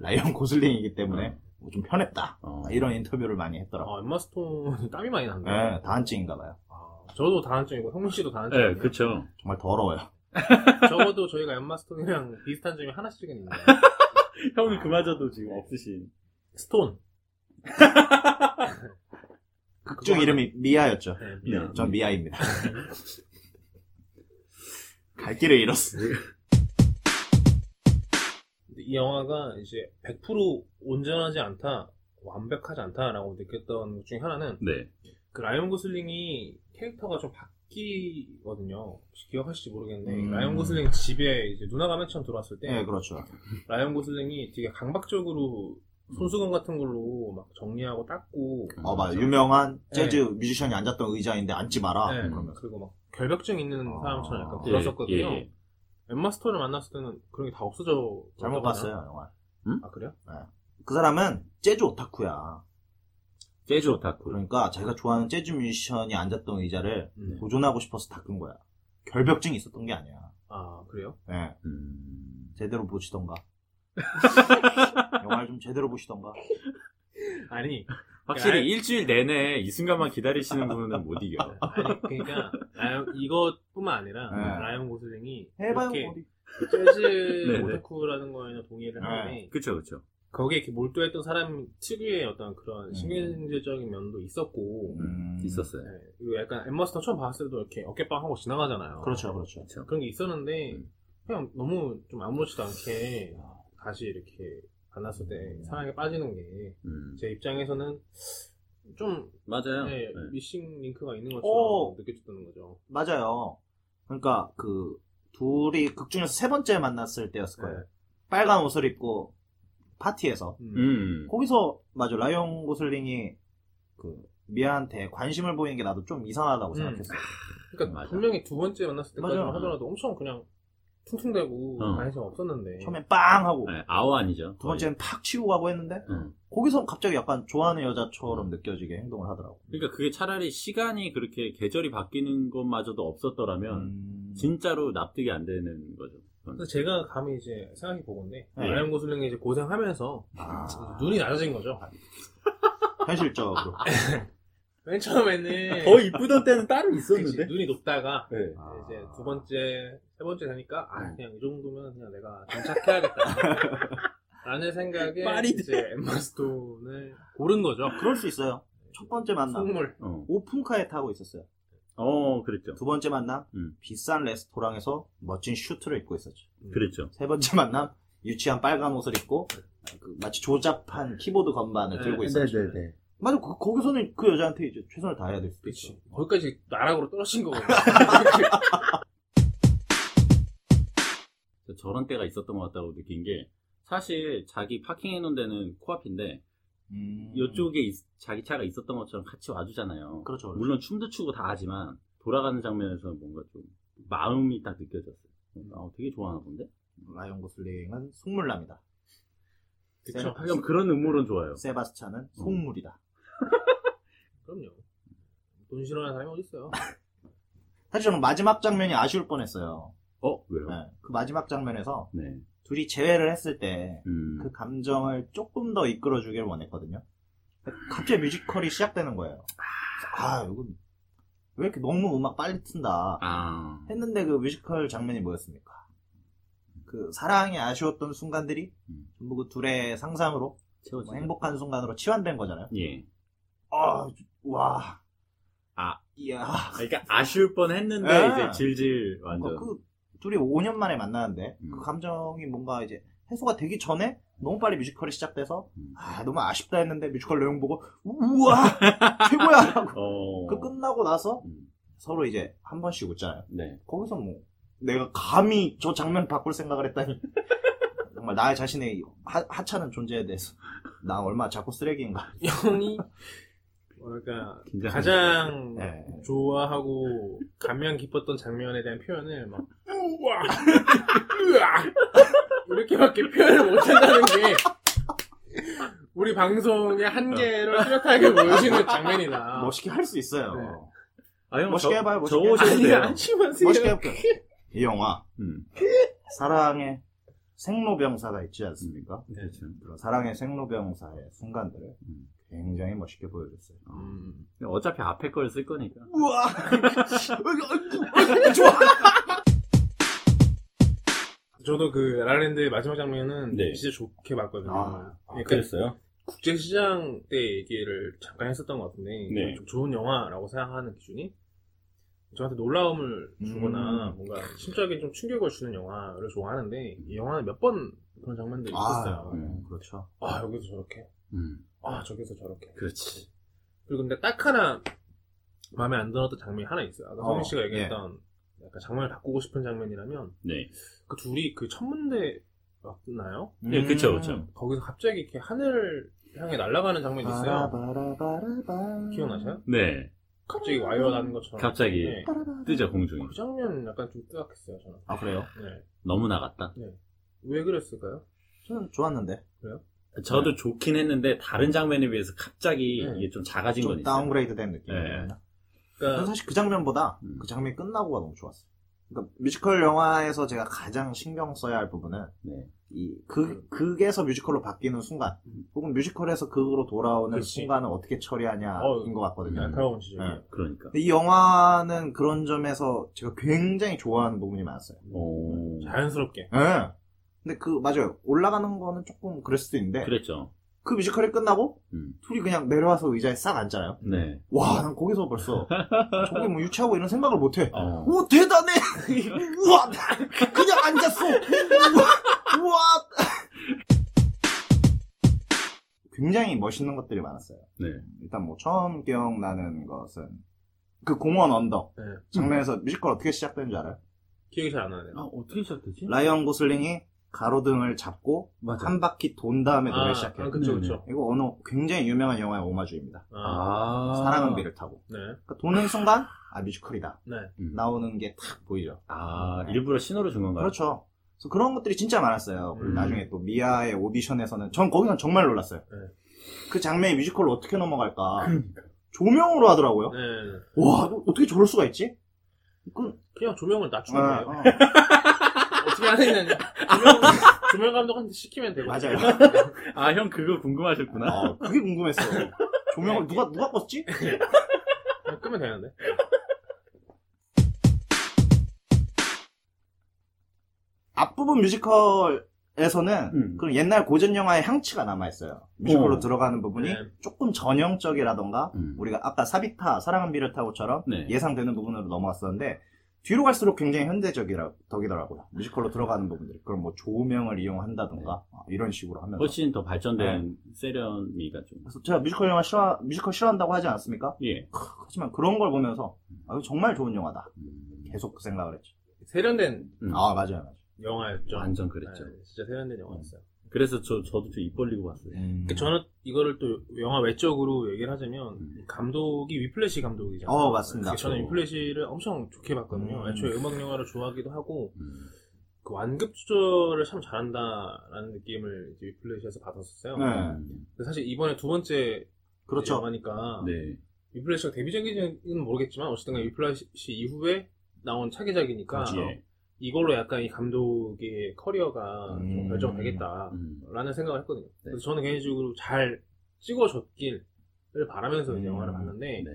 Speaker 3: 라이언 고슬링이기 때문에
Speaker 1: 음.
Speaker 3: 뭐좀 편했다.
Speaker 1: 어.
Speaker 3: 막 이런 인터뷰를 많이 했더라고요.
Speaker 2: 아, 엠마 스톤이 [LAUGHS] 땀이 많이
Speaker 1: 아,
Speaker 2: 난다
Speaker 1: 네.
Speaker 3: 예, 다한증인가 봐요.
Speaker 2: 아, 저도 다한증이고 성민 씨도
Speaker 3: 네,
Speaker 1: 예,
Speaker 2: 다한증이에요.
Speaker 1: 그렇죠.
Speaker 3: 정말 더러워요.
Speaker 2: 적어도 저희가 엠마스톤이랑 비슷한 점이 하나씩은
Speaker 3: [LAUGHS]
Speaker 2: 있네요.
Speaker 1: 형이 그마저도 지금 없으신.
Speaker 2: 스톤.
Speaker 3: 극중 이름이 미아였죠.
Speaker 2: 네, 미-
Speaker 1: 네.
Speaker 3: 전 미아입니다. 갈 길을 잃었어.
Speaker 2: 이 영화가 이제 100% 온전하지 않다, 완벽하지 않다라고 느꼈던 것 중에 하나는
Speaker 1: 네.
Speaker 2: 그 라이언 고슬링이 캐릭터가 좀 바뀌거든요. 혹시 기억하실지 모르겠는데
Speaker 3: 음.
Speaker 2: 라이언 고슬링 집에 이제 누나가 맨 처음 들어왔을 때
Speaker 3: 네, 그렇죠.
Speaker 2: 라이언 고슬링이 되게 강박적으로 손수건 같은 걸로 막 정리하고 닦고
Speaker 3: 어, 맞아.
Speaker 1: 맞아.
Speaker 3: 유명한 재즈 뮤지션이 앉았던 의자인데 앉지 마라.
Speaker 2: 네.
Speaker 3: 아, 그러면.
Speaker 2: 그리고 막 결벽증 있는
Speaker 3: 아.
Speaker 2: 사람처럼 약간
Speaker 1: 예,
Speaker 2: 굴었었거든요.
Speaker 1: 예, 예.
Speaker 2: 엠마 스톤을 만났을 때는 그런 게 다 없어져.
Speaker 3: 잘못
Speaker 2: 없다거나.
Speaker 3: 봤어요, 영화.
Speaker 2: 아 그래요?
Speaker 3: 그 사람은 재즈 오타쿠야.
Speaker 1: 재즈 오타쿠.
Speaker 3: 그러니까 자기가 좋아하는 재즈 뮤지션이 앉았던 의자를
Speaker 2: 음.
Speaker 3: 보존하고 싶어서 닦은 거야. 결벽증이 있었던 게 아니야.
Speaker 2: 아 그래요?
Speaker 3: 네.
Speaker 1: 음.
Speaker 3: 제대로 보시던가. 영화를 좀 제대로 보시던가.
Speaker 2: [LAUGHS] 아니,
Speaker 1: 확실히
Speaker 2: 알-
Speaker 1: 일주일 내내 이 순간만 기다리시는 분은 못 이겨.
Speaker 2: 아니 그러니까 라이언- 이것뿐만 아니라
Speaker 3: 네.
Speaker 2: 라이언 고슬링이
Speaker 3: 해봐요,
Speaker 2: 이렇게
Speaker 3: 어디. [LAUGHS]
Speaker 1: 네, 네.
Speaker 2: 재즈 오타쿠라는 거에는 동의를
Speaker 3: 네.
Speaker 2: 하는데
Speaker 1: 그렇죠, 그렇죠.
Speaker 2: 거기에 이렇게 몰두했던 사람 특유의 어떤 그런
Speaker 3: 음.
Speaker 2: 신경질적인 면도 있었고
Speaker 3: 음,
Speaker 1: 있었어요.
Speaker 2: 네. 그리고 약간 엠마 스톤 처음 봤을 때도 이렇게 어깨빵 하고 지나가잖아요.
Speaker 3: 그렇죠, 네. 그렇죠.
Speaker 1: 그렇죠.
Speaker 2: 그런 게 있었는데
Speaker 1: 음.
Speaker 2: 그냥 너무 좀 아무렇지도 않게 다시 이렇게 만났을
Speaker 3: 음.
Speaker 2: 때 사랑에 빠지는 게 제
Speaker 1: 음.
Speaker 2: 입장에서는 좀
Speaker 1: 맞아요.
Speaker 2: 네,
Speaker 1: 네.
Speaker 2: 미싱 링크가 있는
Speaker 3: 오!
Speaker 2: 것처럼 느껴졌다는 거죠.
Speaker 3: 맞아요. 그러니까 그 둘이 극중에서 세 번째 만났을 때였을 거예요.
Speaker 2: 네.
Speaker 3: 빨간 옷을 입고 파티에서
Speaker 2: 음.
Speaker 1: 음.
Speaker 3: 거기서 맞아 라이언 고슬링이 그 미아한테 관심을 보이는 게 나도 좀 이상하다고
Speaker 2: 음.
Speaker 3: 생각했어.
Speaker 2: 그러니까
Speaker 1: 맞아.
Speaker 2: 분명히 두 번째 만났을 때까지만
Speaker 3: 맞아.
Speaker 2: 하더라도 엄청 그냥 퉁퉁대고
Speaker 1: 어.
Speaker 2: 관심 없었는데
Speaker 3: 처음엔 빵 하고
Speaker 1: 네, 아오 아니죠.
Speaker 3: 두 번째는 팍 치고 가고 했는데
Speaker 1: 거의. 음.
Speaker 3: 거기서 갑자기 약간 좋아하는 여자처럼 느껴지게 행동을 하더라고.
Speaker 2: 음.
Speaker 1: 그러니까 그게 차라리 시간이 그렇게 계절이 바뀌는 것마저도 없었더라면
Speaker 3: 음.
Speaker 1: 진짜로 납득이 안 되는 거죠.
Speaker 2: 그래서 제가 감히 이제 생각해 보건데
Speaker 3: 네.
Speaker 2: 라이언 고슬링이 이제 고생하면서
Speaker 3: 아,
Speaker 2: 눈이 낮아진 거죠.
Speaker 3: 현실적으로
Speaker 2: 맨
Speaker 3: [LAUGHS]
Speaker 2: 처음에는
Speaker 1: 네. 이쁘던 때는 따로
Speaker 2: 그치, 눈이 높다가
Speaker 1: 네.
Speaker 3: 아.
Speaker 2: [LAUGHS] 이제 두 번째, 세 번째 되니까, 아,
Speaker 1: 음.
Speaker 2: 그냥 이 정도면 그냥 내가 정착해야겠다. [LAUGHS] 라는 생각에,
Speaker 1: 말이 돼.
Speaker 2: 이제 엠마스톤을 고른 거죠.
Speaker 3: 아, 그럴 수 있어요. 첫 번째 만남
Speaker 2: 선물.
Speaker 1: 어,
Speaker 3: 오픈카에 타고 있었어요.
Speaker 1: 어 그랬죠.
Speaker 3: 두 번째 만남
Speaker 1: 음.
Speaker 3: 비싼 레스토랑에서 멋진 슈트를 입고 있었죠.
Speaker 1: 그랬죠.
Speaker 3: 세 번째 [LAUGHS] 만남 유치한 빨간 옷을 입고 그 마치 조잡한 키보드 건반을
Speaker 2: 네,
Speaker 3: 들고 있었죠. 맞아 그- 거기서는 그 여자한테 이제 최선을 다해야 될 수도 있어.
Speaker 2: 그치. 거기까지 나락으로 떨어진 거거든요.
Speaker 1: 저런 때가 있었던 것 같다고 느낀 게 사실 자기 파킹해놓은 데는 코앞인데
Speaker 3: 음.
Speaker 1: 이쪽에 있- 자기 차가 있었던 것처럼 같이 와주잖아요.
Speaker 3: 그렇죠. 그렇죠.
Speaker 1: 물론 춤도 추고 다 하지만 돌아가는 장면에서는 뭔가 좀 마음이 딱 느껴졌어요. 아, 되게 좋아하나 본데?
Speaker 3: 라이언 고슬링은 속물남이다.
Speaker 2: 그쵸.
Speaker 1: 그럼 그런 그렇죠. 음모론 좋아요.
Speaker 3: 세바스찬은 속물이다.
Speaker 2: 그럼요. 돈 싫어하는 사람이 어딨어요. [LAUGHS]
Speaker 3: 사실 저는 마지막 장면이 아쉬울 뻔했어요.
Speaker 1: 어? 왜요?
Speaker 3: 네, 그 마지막 장면에서
Speaker 1: 네.
Speaker 3: 둘이 재회를 했을 때 그
Speaker 1: 음.
Speaker 3: 감정을 조금 더 이끌어주길 원했거든요. 갑자기 뮤지컬이 시작되는 거예요. 아, 이건 왜 이렇게 너무 음악 빨리 튼다.
Speaker 1: 아.
Speaker 3: 했는데 그 뮤지컬 장면이 뭐였습니까? 그 사랑에 아쉬웠던 순간들이
Speaker 1: 음. 그렇죠.
Speaker 3: 전부 그 둘의 상상으로
Speaker 1: 채워지죠.
Speaker 3: 뭐 행복한 순간으로 치환된 거잖아요.
Speaker 1: 예.
Speaker 3: 아, 와,
Speaker 1: 아.
Speaker 3: 이야.
Speaker 1: 아, 그러니까 아쉬울 뻔 했는데
Speaker 3: 예.
Speaker 1: 이제 질질 완전.
Speaker 3: 그러니까 그 둘이 5년 만에 만나는데
Speaker 1: 음.
Speaker 3: 그 감정이 뭔가 이제 해소가 되기 전에 너무 빨리 뮤지컬이 시작돼서
Speaker 1: 음.
Speaker 3: 아 너무 아쉽다 했는데 뮤지컬 내용 보고 우- 우와 [LAUGHS] 최고야 라고
Speaker 1: 어.
Speaker 3: 그 끝나고 나서
Speaker 1: 음.
Speaker 3: 서로 이제 한 번씩 웃잖아요
Speaker 1: 네.
Speaker 3: 거기서 뭐 내가 감히 저 장면 바꿀 생각을 했다니 [LAUGHS] 정말 나 자신의 하, 하찮은 존재에 대해서 나 얼마 자꾸 쓰레기인가
Speaker 2: 형이 뭐랄까
Speaker 1: 긴장.
Speaker 2: 가장
Speaker 3: 네.
Speaker 2: 좋아하고 감명 깊었던 장면에 대한 표현을 막 우와 으아 이렇게밖에 표현을 못한다는 게 우리 방송의 한계를 뚜렷하게 보여주는 장면이다.
Speaker 3: 어. 멋있게 할 수 있어요
Speaker 2: 아. 네.
Speaker 1: 아, 형,
Speaker 3: 멋있게
Speaker 1: 저,
Speaker 3: 해봐요 멋있게
Speaker 1: 저 오셔도
Speaker 2: 아니
Speaker 1: 돼요.
Speaker 2: 안심하세요.
Speaker 3: 멋있게 해볼게요 이 영화
Speaker 1: 음.
Speaker 3: 사랑의 생로병사가 있지 않습니까?
Speaker 1: 그렇죠.
Speaker 3: 그런 사랑의 생로병사의 순간들을
Speaker 1: 음.
Speaker 3: 굉장히 멋있게 보여줬어요.
Speaker 2: 음.
Speaker 1: 어차피 앞에 걸 쓸 거니까.
Speaker 2: [LAUGHS]
Speaker 3: 우와! 좋아!
Speaker 2: 저도 그 라랜드 의 마지막 장면은
Speaker 1: 네.
Speaker 2: 진짜 좋게 봤거든요.
Speaker 3: 아,
Speaker 2: 그러니까
Speaker 1: 그랬어요?
Speaker 2: 국제시장 때 얘기를 잠깐 했었던 것 같은데
Speaker 1: 네.
Speaker 2: 좀 좋은 영화라고 생각하는 기준이 저한테 놀라움을 주거나
Speaker 3: 음.
Speaker 2: 뭔가 심적인 좀 충격을 주는 영화를 좋아하는데 이 영화는 몇 번 그런 장면들이 있었어요.
Speaker 3: 아,
Speaker 1: 음.
Speaker 3: 네, 그렇죠.
Speaker 2: 아 여기서 저렇게,
Speaker 1: 음.
Speaker 2: 아 저기서 저렇게.
Speaker 1: 그렇지.
Speaker 2: 그리고 근데 딱 하나 마음에 안 들었던 장면이 하나 있어요. 아까
Speaker 3: 어,
Speaker 2: 성민 씨가 얘기했던 약간 장면을 바꾸고 싶은 장면이라면
Speaker 1: 네.
Speaker 2: 그 둘이 그 천문대 왔나요?
Speaker 1: 예, 그쵸, 그쵸.
Speaker 2: 거기서 갑자기 이렇게 하늘 향해 날아가는 장면이 있어요.
Speaker 3: 바라바라바라바.
Speaker 2: 기억나세요?
Speaker 1: 네.
Speaker 2: 갑자기 와이어 나는 것처럼.
Speaker 1: 갑자기.
Speaker 2: 네.
Speaker 3: 음.
Speaker 1: 뜨죠, 공중에.
Speaker 2: 그 장면 약간 좀 뜨악했어요, 저는.
Speaker 3: 아, 그래요?
Speaker 2: 네.
Speaker 1: 너무 나갔다.
Speaker 2: 왜 그랬을까요?
Speaker 3: 저는 좋았는데.
Speaker 1: 저도 좋긴 했는데, 다른 장면에 비해서 갑자기
Speaker 2: 네.
Speaker 1: 이게 좀 작아진 건
Speaker 3: 좀
Speaker 1: 있어요.
Speaker 3: 다운그레이드 된 느낌.
Speaker 1: 네.
Speaker 2: 어.
Speaker 3: 저는
Speaker 2: 그러니까
Speaker 3: 사실 그 장면보다
Speaker 1: 음.
Speaker 3: 그 장면 끝나고가 너무 좋았어요. 그러니까 뮤지컬 영화에서 제가 가장 신경 써야 할 부분은
Speaker 1: 네.
Speaker 3: 이 극, 극에서 뮤지컬로 바뀌는 순간,
Speaker 1: 음.
Speaker 3: 혹은 뮤지컬에서 극으로 돌아오는
Speaker 2: 그치.
Speaker 3: 순간을 어떻게 처리하냐인
Speaker 2: 어,
Speaker 3: 것 같거든요.
Speaker 2: 날카로운 지적이에요.
Speaker 1: 그러니까.
Speaker 3: 근데 이 영화는 그런 점에서 제가 굉장히 좋아하는 부분이 많았어요. 네.
Speaker 1: 오.
Speaker 2: 자연스럽게.
Speaker 3: 예. 근데 그, 맞아요. 올라가는 거는 조금 그럴 수도 있는데,
Speaker 1: 그랬죠.
Speaker 3: 그 뮤지컬이 끝나고,
Speaker 1: 음.
Speaker 3: 둘이 그냥 내려와서 의자에 싹 앉잖아요.
Speaker 1: 네.
Speaker 3: 와, 난 거기서 벌써, 저게 뭐 유치하고 이런 생각을 못해.
Speaker 1: 어.
Speaker 3: 오, 대단해! [LAUGHS] 우와! 그냥 앉았어! 우와! 우와! 굉장히 멋있는 것들이 많았어요.
Speaker 1: 네.
Speaker 3: 일단 뭐, 처음 기억나는 것은, 그 공원 언덕.
Speaker 2: 네.
Speaker 3: 장면에서 뮤지컬 어떻게 시작되는 줄 알아요?
Speaker 2: 기억이 잘 안 나네요.
Speaker 1: 아, 어떻게 시작되지?
Speaker 3: 라이언 고슬링이 가로등을 잡고
Speaker 1: 맞아.
Speaker 3: 한 바퀴 돈 다음에 노래
Speaker 2: 아,
Speaker 3: 를 시작해요.
Speaker 2: 아, 그쵸,
Speaker 1: 네,
Speaker 2: 그쵸.
Speaker 3: 이거 어느 굉장히 유명한 영화의 오마주입니다.
Speaker 2: 아,
Speaker 1: 아.
Speaker 3: 사랑은 배를 타고.
Speaker 2: 네.
Speaker 3: 그러니까 도는 순간 아 뮤지컬이다
Speaker 2: 네.
Speaker 1: 음.
Speaker 3: 나오는 게 탁 보이죠.
Speaker 1: 아, 일부러 신호를 준 건가요?
Speaker 3: 그렇죠. 그래서 그런 것들이 진짜 많았어요. 그리고
Speaker 2: 네. 음.
Speaker 3: 나중에 또 미아의 오디션에서는 전 거기서 정말 놀랐어요.
Speaker 2: 네. 그러니까.
Speaker 3: 그 장면이 뮤지컬로 어떻게 넘어갈까? 조명으로 하더라고요.
Speaker 2: 네. 네.
Speaker 3: 와 이거 어떻게 저럴 수가 있지? 그,
Speaker 2: 그냥 조명을 낮추면
Speaker 3: 아,
Speaker 2: 돼요.
Speaker 3: 어.
Speaker 2: 어떻게 하느냐. 조명, 조명 감독한테 시키면 되고.
Speaker 3: 맞아요.
Speaker 1: 아, 형 그거 궁금하셨구나.
Speaker 3: 아, 그게 궁금했어. 조명을
Speaker 2: 네.
Speaker 3: 누가 누가 껐지?
Speaker 2: 그냥 네, 끄면 되는데.
Speaker 3: 앞부분 뮤지컬에서는
Speaker 1: 음.
Speaker 3: 그런 옛날 고전 영화의 향취가 남아있어요. 뮤지컬로
Speaker 1: 어.
Speaker 3: 들어가는 부분이
Speaker 2: 네.
Speaker 3: 조금 전형적이라던가
Speaker 1: 음.
Speaker 3: 우리가 아까 사비타, 사랑은 비를 타고처럼
Speaker 1: 네.
Speaker 3: 예상되는 부분으로 넘어왔었는데 뒤로 갈수록 굉장히 현대적이더라고요. 뮤지컬로 들어가는 부분들이. 그럼 뭐 조명을 이용한다던가 아, 이런 식으로 하면서.
Speaker 1: 네. 훨씬 더 발전된
Speaker 3: 네.
Speaker 1: 세련미가 좀.
Speaker 3: 그래서 제가 뮤지컬 영화 싫어, 뮤지컬 싫어한다고 하지 않습니까?
Speaker 1: 예.
Speaker 3: 하지만 그런 걸 보면서 아, 이거 정말 좋은 영화다.
Speaker 1: 음.
Speaker 3: 계속 그 생각을 했죠.
Speaker 2: 세련된
Speaker 1: 음.
Speaker 3: 아, 맞아요, 맞아요.
Speaker 2: 영화였죠.
Speaker 1: 완전 그랬죠.
Speaker 2: 네, 진짜 세련된 영화였어요.
Speaker 1: 그래서 저, 저도 좀 입 벌리고 봤어요.
Speaker 3: 음.
Speaker 2: 그 저는 이거를 또 영화 외적으로 얘기를 하자면
Speaker 1: 음.
Speaker 2: 감독이 위플래시 감독이잖아요.
Speaker 3: 어, 맞습니다.
Speaker 2: 그래서 저는
Speaker 1: 그렇죠.
Speaker 2: 위플래시를 엄청 좋게 봤거든요.
Speaker 3: 음.
Speaker 2: 애초에 음악 영화를 좋아하기도 하고
Speaker 1: 음.
Speaker 2: 그 완급 조절을 참 잘한다라는 느낌을 이제 위플래시에서 받았었어요.
Speaker 3: 네.
Speaker 2: 근데 사실 이번에 두 번째
Speaker 3: 그렇죠.
Speaker 2: 영화니까
Speaker 1: 네.
Speaker 2: 위플래시가 데뷔작인지는 모르겠지만 어쨌든
Speaker 3: 음.
Speaker 2: 위플래시 이후에 나온 차기작이니까
Speaker 3: 그렇죠.
Speaker 1: 예.
Speaker 2: 이걸로 약간 이 감독의 커리어가
Speaker 3: 음.
Speaker 2: 좀 결정되겠다.
Speaker 1: 음.
Speaker 2: 라는 생각을 했거든요. 그래서
Speaker 1: 네.
Speaker 2: 저는 개인적으로 잘 찍어줬길을 바라면서 이제
Speaker 3: 음.
Speaker 2: 영화를 봤는데
Speaker 1: 네.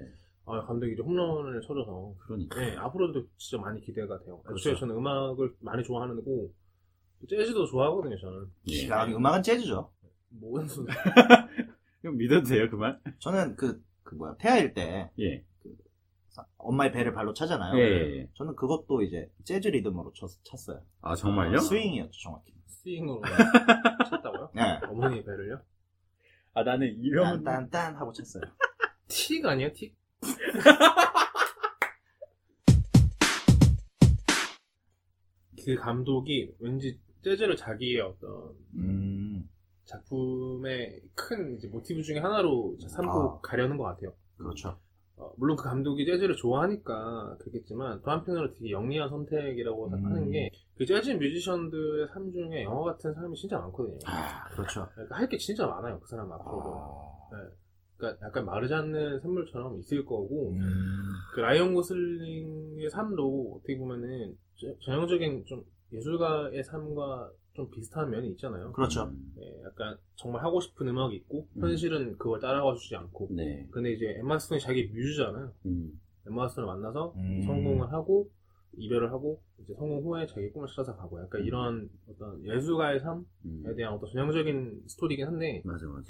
Speaker 2: 아, 감독이 이제 홈런을 쳐줘서
Speaker 1: 그러니까.
Speaker 2: 네, 앞으로도 진짜 많이 기대가 돼요.
Speaker 1: 그렇죠.
Speaker 2: 애초에 저는 음악을 많이 좋아하는 거고 재즈도 좋아하거든요. 저는
Speaker 1: 예.
Speaker 3: 기가 막히게 음악은 재즈죠.
Speaker 2: 모든 순
Speaker 1: [LAUGHS] 그럼 믿어도 돼요, 그만?
Speaker 3: 저는 그, 그 뭐야, 태아일 때
Speaker 1: 예.
Speaker 3: 사- 엄마의 배를 발로 차잖아요.
Speaker 1: 예, 예, 예.
Speaker 3: 저는 그것도 이제 재즈 리듬으로 쳤, 쳤어요.
Speaker 1: 아, 정말요?
Speaker 3: 스윙이었죠, 정확히.
Speaker 2: 스윙으로 쳤다고요?
Speaker 3: 네.
Speaker 2: 어머니 배를요?
Speaker 1: 아, 나는 이런.
Speaker 3: 딴딴딴 하고 쳤어요.
Speaker 2: 틱 아니야 틱? [LAUGHS] 그 감독이 왠지 재즈를 자기의 어떤
Speaker 3: 음,
Speaker 2: 작품의 큰 이제 모티브 중에 하나로 이제 삼고
Speaker 3: 아.
Speaker 2: 가려는 것 같아요.
Speaker 3: 그렇죠.
Speaker 2: 어, 물론 그 감독이 재즈를 좋아하니까 그렇겠지만 또 한편으로 되게 영리한 선택이라고
Speaker 3: 음.
Speaker 2: 하는 게 그 재즈 뮤지션들의 삶 중에 영화 같은 삶이 진짜 많거든요.
Speaker 3: 아, 그렇죠.
Speaker 2: 그러니까 할 게 진짜 많아요. 그 사람 앞으로도.
Speaker 3: 아,
Speaker 2: 그러니까 약간 마르지 않는 샘물처럼 있을 거고
Speaker 3: 음,
Speaker 2: 그 라이언 고슬링의 삶도 어떻게 보면은 저- 전형적인 좀 예술가의 삶과 좀 비슷한 면이 있잖아요.
Speaker 3: 그렇죠.
Speaker 1: 음.
Speaker 2: 예, 약간 정말 하고 싶은 음악이 있고 현실은 그걸 따라가 주지 않고
Speaker 1: 네.
Speaker 2: 근데 이제 엠마 스톤이 자기 뮤즈잖아요.
Speaker 1: 음.
Speaker 2: 엠마 스톤을 만나서
Speaker 3: 음.
Speaker 2: 성공을 하고 이별을 하고 이제 성공 후에 자기 꿈을 찾아서 가고 약간
Speaker 1: 음.
Speaker 2: 이런 어떤 예술가의 삶에
Speaker 1: 음.
Speaker 2: 대한 어떤 전형적인 스토리긴 한데
Speaker 1: 맞아, 맞아.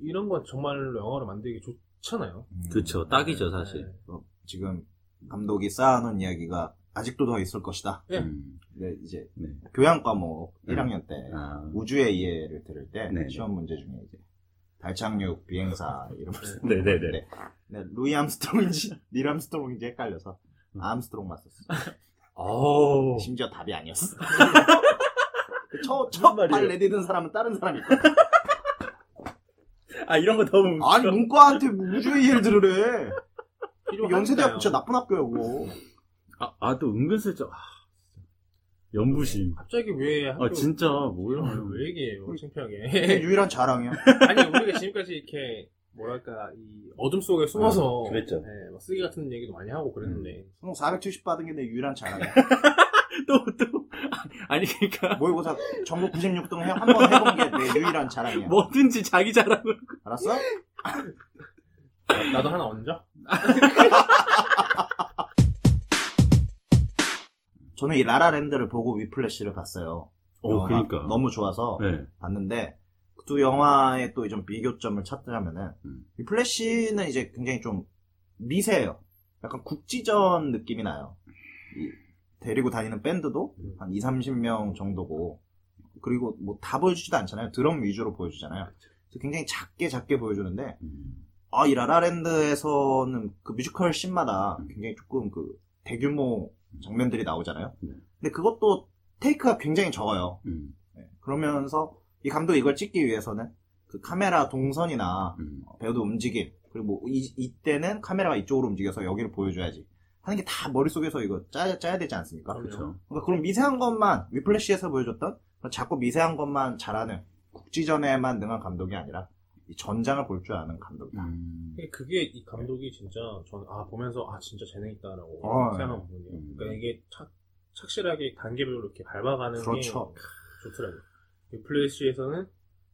Speaker 2: 이런 건 정말로 영화로 만들기 좋잖아요.
Speaker 3: 음.
Speaker 1: 그쵸. 딱이죠, 사실.
Speaker 2: 예.
Speaker 3: 어, 지금 감독이 쌓아놓은 이야기가 아직도 더 있을 것이다.
Speaker 2: 네.
Speaker 1: 음.
Speaker 3: 네, 이제
Speaker 1: 네.
Speaker 3: 교양 과목 뭐
Speaker 1: 네.
Speaker 3: 1학년 때
Speaker 1: 아.
Speaker 3: 우주의 이해를 들을 때
Speaker 1: 네, 네.
Speaker 3: 시험 문제 중에 이제 달 착륙 비행사 이런 걸 쓰는데
Speaker 1: 네, 네, 네.
Speaker 3: 네, 루이 암스트롱인지 [LAUGHS] 닐 암스트롱인지 헷갈려서 암스트롱 맞았어.
Speaker 1: 음. 어우.
Speaker 3: 심지어
Speaker 1: [LAUGHS]
Speaker 3: 답이 아니었어. 그
Speaker 1: 무슨
Speaker 3: 첫첫발
Speaker 1: 말이에요?
Speaker 3: 내딛은 사람은 다른 사람이.
Speaker 1: 아, 이런 거 너무 웃겨.
Speaker 3: 아니 뭐. 문과한테 우주의 이해를 들으래.
Speaker 2: 필요하니까요.
Speaker 3: 연세대학 진짜 나쁜 학교야 그거.
Speaker 1: 아, 아, 또 은근슬쩍. 아, 진짜. 연부심.
Speaker 2: 네, 갑자기 왜 학교
Speaker 1: 아, 진짜, 뭐야.
Speaker 2: 왜 얘기해요?
Speaker 3: 우리-
Speaker 2: 창피하게.
Speaker 1: [LAUGHS]
Speaker 3: 그게 유일한 자랑이야.
Speaker 2: 아니 우리가 지금까지 이렇게 뭐랄까 이 어둠 속에 숨어서
Speaker 1: 음, 그랬죠. 음.
Speaker 2: 예, 막 쓰기 같은 얘기도 많이 하고 그랬는데
Speaker 3: 수능 470 받은 게 내 유일한 자랑이야.
Speaker 1: 또, 또. [LAUGHS] 아니, 그러니까 그니까.
Speaker 3: 모의고사 전국 96등 한 번 해본 게 내 유일한 자랑이야.
Speaker 1: 뭐든지 자기 자랑을.
Speaker 3: 알았어?
Speaker 2: 나- 나도 하나 얹어?
Speaker 3: 저는 이 라라랜드를 보고 위플래시를 봤어요. 영화가
Speaker 2: 그러니까.
Speaker 3: 너무 좋아서
Speaker 1: 네.
Speaker 3: 봤는데 그두 영화의 또 좀 비교점을 찾자면은
Speaker 1: 음.
Speaker 3: 위플래시는 이제 굉장히 좀 미세해요. 약간 국지전 느낌이 나요. 이 데리고 다니는 밴드도
Speaker 2: 음.
Speaker 3: 한 2, 30명 정도고 그리고 뭐 다 보여주지도 않잖아요. 드럼 위주로 보여주잖아요.
Speaker 1: 그렇죠.
Speaker 3: 그래서 굉장히 작게 작게 보여주는데
Speaker 1: 음.
Speaker 3: 아, 이 라라랜드에서는 그 뮤지컬 씬마다
Speaker 1: 음.
Speaker 3: 굉장히 조금 그 대규모 장면들이 나오잖아요.
Speaker 1: 네.
Speaker 3: 근데 그것도 테이크가 굉장히 적어요.
Speaker 1: 음,
Speaker 3: 네. 그러면서 이 감독이 이걸 찍기 위해서는 그 카메라 동선이나
Speaker 1: 음.
Speaker 3: 배우도 움직임, 그리고 뭐 이, 이때는 카메라가 이쪽으로 움직여서 여기를 보여줘야지. 하는 게 다 머릿속에서 이거 짜야, 짜야 되지 않습니까?
Speaker 2: 그럼요.
Speaker 1: 그렇죠.
Speaker 3: 그러니까 그런 미세한 것만 위플래시에서 보여줬던 그런 작고 미세한 것만 잘하는 국지전에만 능한 감독이 아니라 이 전장을 볼 줄 아는 감독이다.
Speaker 1: 음.
Speaker 2: 근데 그게 이 감독이 진짜 저는 아 보면서 아 진짜 재능 있다라고
Speaker 3: 아,
Speaker 2: 생각한 부분이에요.
Speaker 1: 음.
Speaker 2: 그러니까 이게 착, 착실하게 단계별로 이렇게 밟아가는
Speaker 3: 그렇죠.
Speaker 2: 게 좋더라고요. 그 위플래시에서는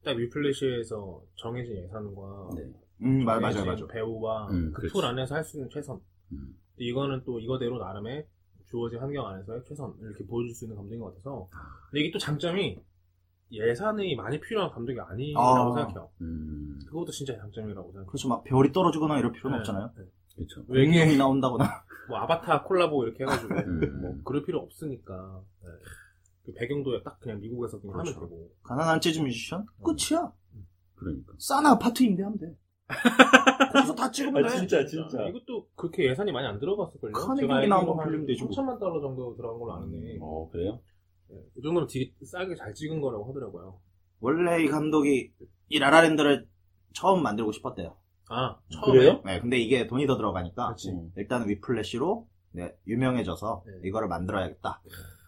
Speaker 2: 딱 위플래시에서 정해진 예산과
Speaker 1: 네.
Speaker 3: 음, 맞, 맞아요,
Speaker 2: 정해진
Speaker 3: 맞아요.
Speaker 2: 배우와
Speaker 1: 음,
Speaker 2: 그
Speaker 1: 그렇지.
Speaker 2: 풀 안에서 할 수 있는 최선.
Speaker 1: 음.
Speaker 2: 근데 이거는 또 이거대로 나름의 주어진 환경 안에서의 최선 이렇게 보여줄 수 있는 감독인 것 같아서 근데 이게 또 장점이 예산이 많이 필요한 감독이 아니라고
Speaker 3: 아.
Speaker 2: 생각해요.
Speaker 1: 음.
Speaker 2: 그것도 진짜 장점이라고 생각해요.
Speaker 3: 그렇죠. 막 별이 떨어지거나 이럴 필요는
Speaker 2: 네.
Speaker 3: 없잖아요. 음.
Speaker 2: 네.
Speaker 1: 그렇죠.
Speaker 3: 외계인이 나온다거나.
Speaker 2: 뭐 아바타 콜라보 이렇게
Speaker 3: [LAUGHS]
Speaker 2: 해가지고
Speaker 1: 음.
Speaker 2: 뭐 그럴 필요 없으니까 네. 그 배경도 딱 그냥 미국에서 그냥
Speaker 3: 그렇죠.
Speaker 2: 하면 되고
Speaker 3: 가난한 재즈 뮤지션? 끝이야.
Speaker 1: 그러니까.
Speaker 3: 싸나 아파트 임대하면 돼. 거기서 다 찍으면 돼.
Speaker 2: 아, 이것도 그렇게 예산이 많이 안 들어갔을걸요?
Speaker 3: 칸에
Speaker 2: 제가
Speaker 3: 경기 나온
Speaker 2: 알기로
Speaker 3: 거
Speaker 2: 한
Speaker 3: 빌리면 되지 뭐. 음.
Speaker 2: 3천만 달러 정도 들어간 걸로 아는데
Speaker 1: 네. 어, 그래요?
Speaker 2: 예. 네. 이 정도면 되게 싸게 잘 찍은 거라고 하더라고요
Speaker 3: 원래 이 감독이 이 라라랜드를 처음 만들고 싶었대요.
Speaker 2: 아, 처음에.
Speaker 1: 그래요?
Speaker 3: 네, 근데 이게 돈이 더 들어가니까
Speaker 2: 그렇지.
Speaker 1: 음.
Speaker 3: 일단 위플래시로 네, 유명해져서
Speaker 2: 네.
Speaker 3: 이거를 만들어야겠다.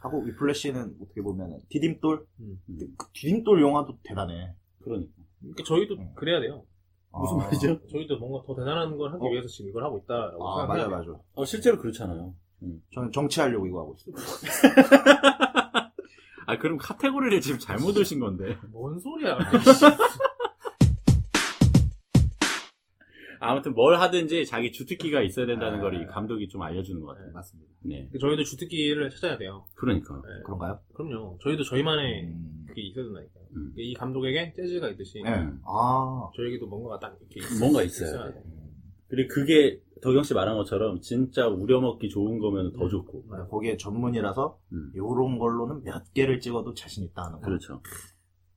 Speaker 3: 하고 위플래시는 어떻게 보면 디딤돌?
Speaker 2: 음.
Speaker 3: 그 디딤돌 영화도 대단해.
Speaker 1: 그러니까.
Speaker 2: 그러니까 저희도
Speaker 3: 음.
Speaker 2: 그래야 돼요.
Speaker 1: 무슨
Speaker 3: 아,
Speaker 1: 말이죠?
Speaker 2: 저희도 뭔가 더 대단한 걸 하기
Speaker 1: 어.
Speaker 2: 위해서 지금 이걸 하고 있다라고
Speaker 3: 아,
Speaker 2: 생각해요.
Speaker 3: 맞아, 맞아.
Speaker 1: 어, 실제로 그렇잖아요.
Speaker 3: 저는 정치하려고 이거 하고 있어요.
Speaker 1: 아, 그럼 카테고리를 지금 잘못 오신 건데.
Speaker 2: 뭔 소리야. 그러니까
Speaker 1: 아무튼 뭘 하든지 자기 주특기가 있어야 된다는
Speaker 3: 아.
Speaker 1: 걸 이 감독이 좀 알려주는 것 같아요.
Speaker 3: 맞습니다.
Speaker 1: 네.
Speaker 2: 저희도 주특기를 찾아야 돼요.
Speaker 1: 그러니까.
Speaker 2: 네.
Speaker 3: 그런가요?
Speaker 2: 그럼요. 저희도 저희만의
Speaker 3: 음.
Speaker 2: 그게 있어야 된다니까요.
Speaker 1: 음.
Speaker 2: 이 감독에게 재즈가 있듯이
Speaker 3: 네. 아.
Speaker 2: 저에게도 뭔가가 딱 이렇게
Speaker 1: 뭔가 있어야
Speaker 2: 돼.
Speaker 1: 그리고 그게 덕영 씨 말한 것처럼 진짜 우려먹기 좋은 거면 더 좋고.
Speaker 3: 네, 거기에 전문이라서
Speaker 1: 음.
Speaker 3: 요런 걸로는 몇 개를 찍어도 자신 있다 하는 거.
Speaker 1: 그렇죠.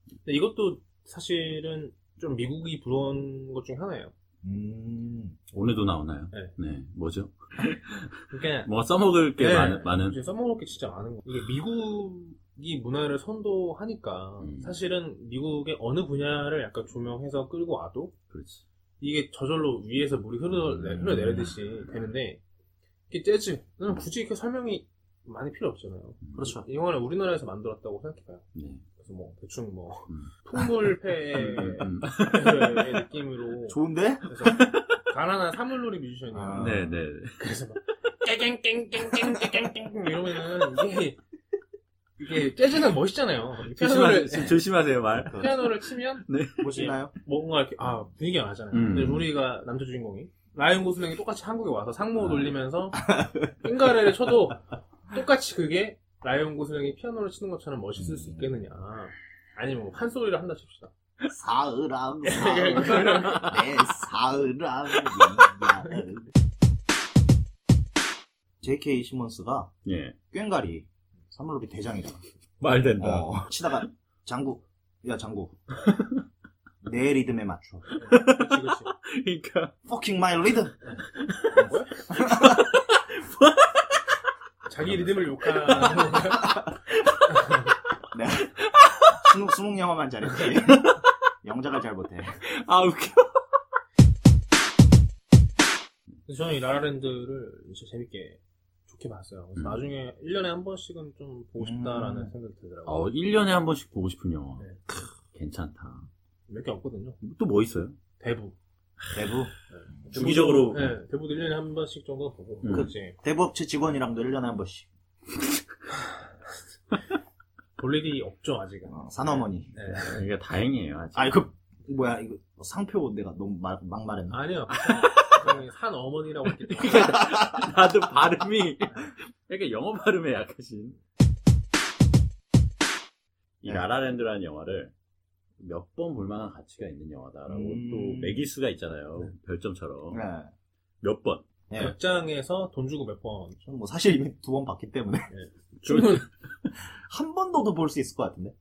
Speaker 2: 근데 이것도 사실은 좀 미국이 부러운 것 중 하나예요.
Speaker 3: 음.
Speaker 1: 오늘도 나오나요?
Speaker 2: 네.
Speaker 1: 뭐죠?
Speaker 2: 그러니까
Speaker 1: 뭔가 써먹을 게
Speaker 2: 네.
Speaker 1: 많은, 많은-
Speaker 2: 이제 써먹을 게 진짜 많은 거. 이게 미국이 문화를 선도하니까
Speaker 1: 음.
Speaker 2: 사실은 미국의 어느 분야를 약간 조명해서 끌고 와도
Speaker 1: 그렇지.
Speaker 2: 이게 저절로 위에서 물이 네, 흘러내,
Speaker 3: 음.
Speaker 2: 흘러내리듯이 되는데 이게 재즈는 굳이 이렇게 설명이 많이 필요 없잖아요.
Speaker 3: 그렇죠.
Speaker 2: 이 영화는 우리나라에서 만들었다고 생각해요.
Speaker 1: 네.
Speaker 2: 그래서 뭐 대충 뭐
Speaker 1: 음.
Speaker 2: 풍물패의
Speaker 1: [LAUGHS] 음.
Speaker 2: 느낌으로
Speaker 3: 좋은데?
Speaker 2: 그래서 가난한 사물놀이 뮤지션이야.
Speaker 3: 아.
Speaker 1: 네, 네.
Speaker 2: 그래서 막 깽깽깽깽깽깽깽 이러면은 이게 이게 재즈는 멋있잖아요. 피아노를
Speaker 1: 조심하세요, 조심하세요, 말.
Speaker 2: 피아노를 치면
Speaker 3: 보시나요?
Speaker 2: 뭔가 이렇게 아 분위기가 나잖아요.
Speaker 1: 음.
Speaker 2: 근데 우리가 남자 주인공이 라이언 고슬링이 똑같이 한국에 와서 상모 [LAUGHS] 돌리면서 빙가레를 쳐도 똑같이 그게 라이언 고슬링이 피아노를 치는 것처럼 멋있을 수 있겠느냐. 아니면 뭐 판소리를 한다 칩시다.
Speaker 1: [LAUGHS]
Speaker 3: 사으랑,
Speaker 2: 아.
Speaker 3: 사으랑, 내 사으랑. JK 시몬스가
Speaker 1: 예.
Speaker 3: 꽹가리 사물로비 대장이잖아.
Speaker 1: 말 된다.
Speaker 3: 어, 치다가 장구, 야 장구, 내 리듬에
Speaker 2: [LAUGHS]
Speaker 3: 맞춰.
Speaker 2: 그렇지 그렇지.
Speaker 1: 그러니까.
Speaker 3: Fucking my rhythm.
Speaker 2: 뭐야? 자기 리듬을 [LAUGHS] 욕하는 거야?
Speaker 3: 네. 수능 수능 영어만 잘했지. 영작을 잘 못해.
Speaker 1: 아, 웃겨.
Speaker 2: 그래서 저는 이 라라랜드를 진짜 재밌게 좋게 봤어요. 그래서
Speaker 1: 음.
Speaker 2: 나중에 1년에 한 번씩은 좀 보고 싶다라는
Speaker 3: 음.
Speaker 2: 생각이 들더라고요.
Speaker 1: 어, 1년에 한 번씩 보고 싶은 영화.
Speaker 2: 네.
Speaker 1: 크, 괜찮다.
Speaker 2: 몇 개 없거든요.
Speaker 1: 또 뭐 있어요?
Speaker 2: 대부.
Speaker 3: 대부
Speaker 1: 주기적으로.
Speaker 2: 네, 대부도 1년에 한 번씩 정도 보고.
Speaker 1: 음.
Speaker 2: 그렇지.
Speaker 3: 대부업체 직원이랑도 1년에 한 번씩.
Speaker 2: 볼 일이 없죠, 아직은.
Speaker 3: 어, 산어머니.
Speaker 2: 네.
Speaker 1: 그러니까 다행이에요, 아직.
Speaker 3: 아 이거 뭐야 이거 상표 내가 너무 말- 막말했나?
Speaker 2: 아니요. 산 [LAUGHS] 어머니라고 했기 때문에.
Speaker 1: 나도 발음이, 그러니까 영어 발음에 약하신. 이
Speaker 3: 네.
Speaker 1: 라라랜드라는 영화를 몇 번 볼만한 가치가 있는 영화다라고
Speaker 3: 음.
Speaker 1: 또 매길 수가 있잖아요. 별점처럼.
Speaker 3: 네.
Speaker 1: 몇 번.
Speaker 3: 예.
Speaker 2: 극장에서 돈 주고 몇 번.
Speaker 3: 저는 뭐 사실 이미 두 번 봤기 때문에
Speaker 1: 줄은
Speaker 3: 한 번도 더 볼 수 있을 것 같은데.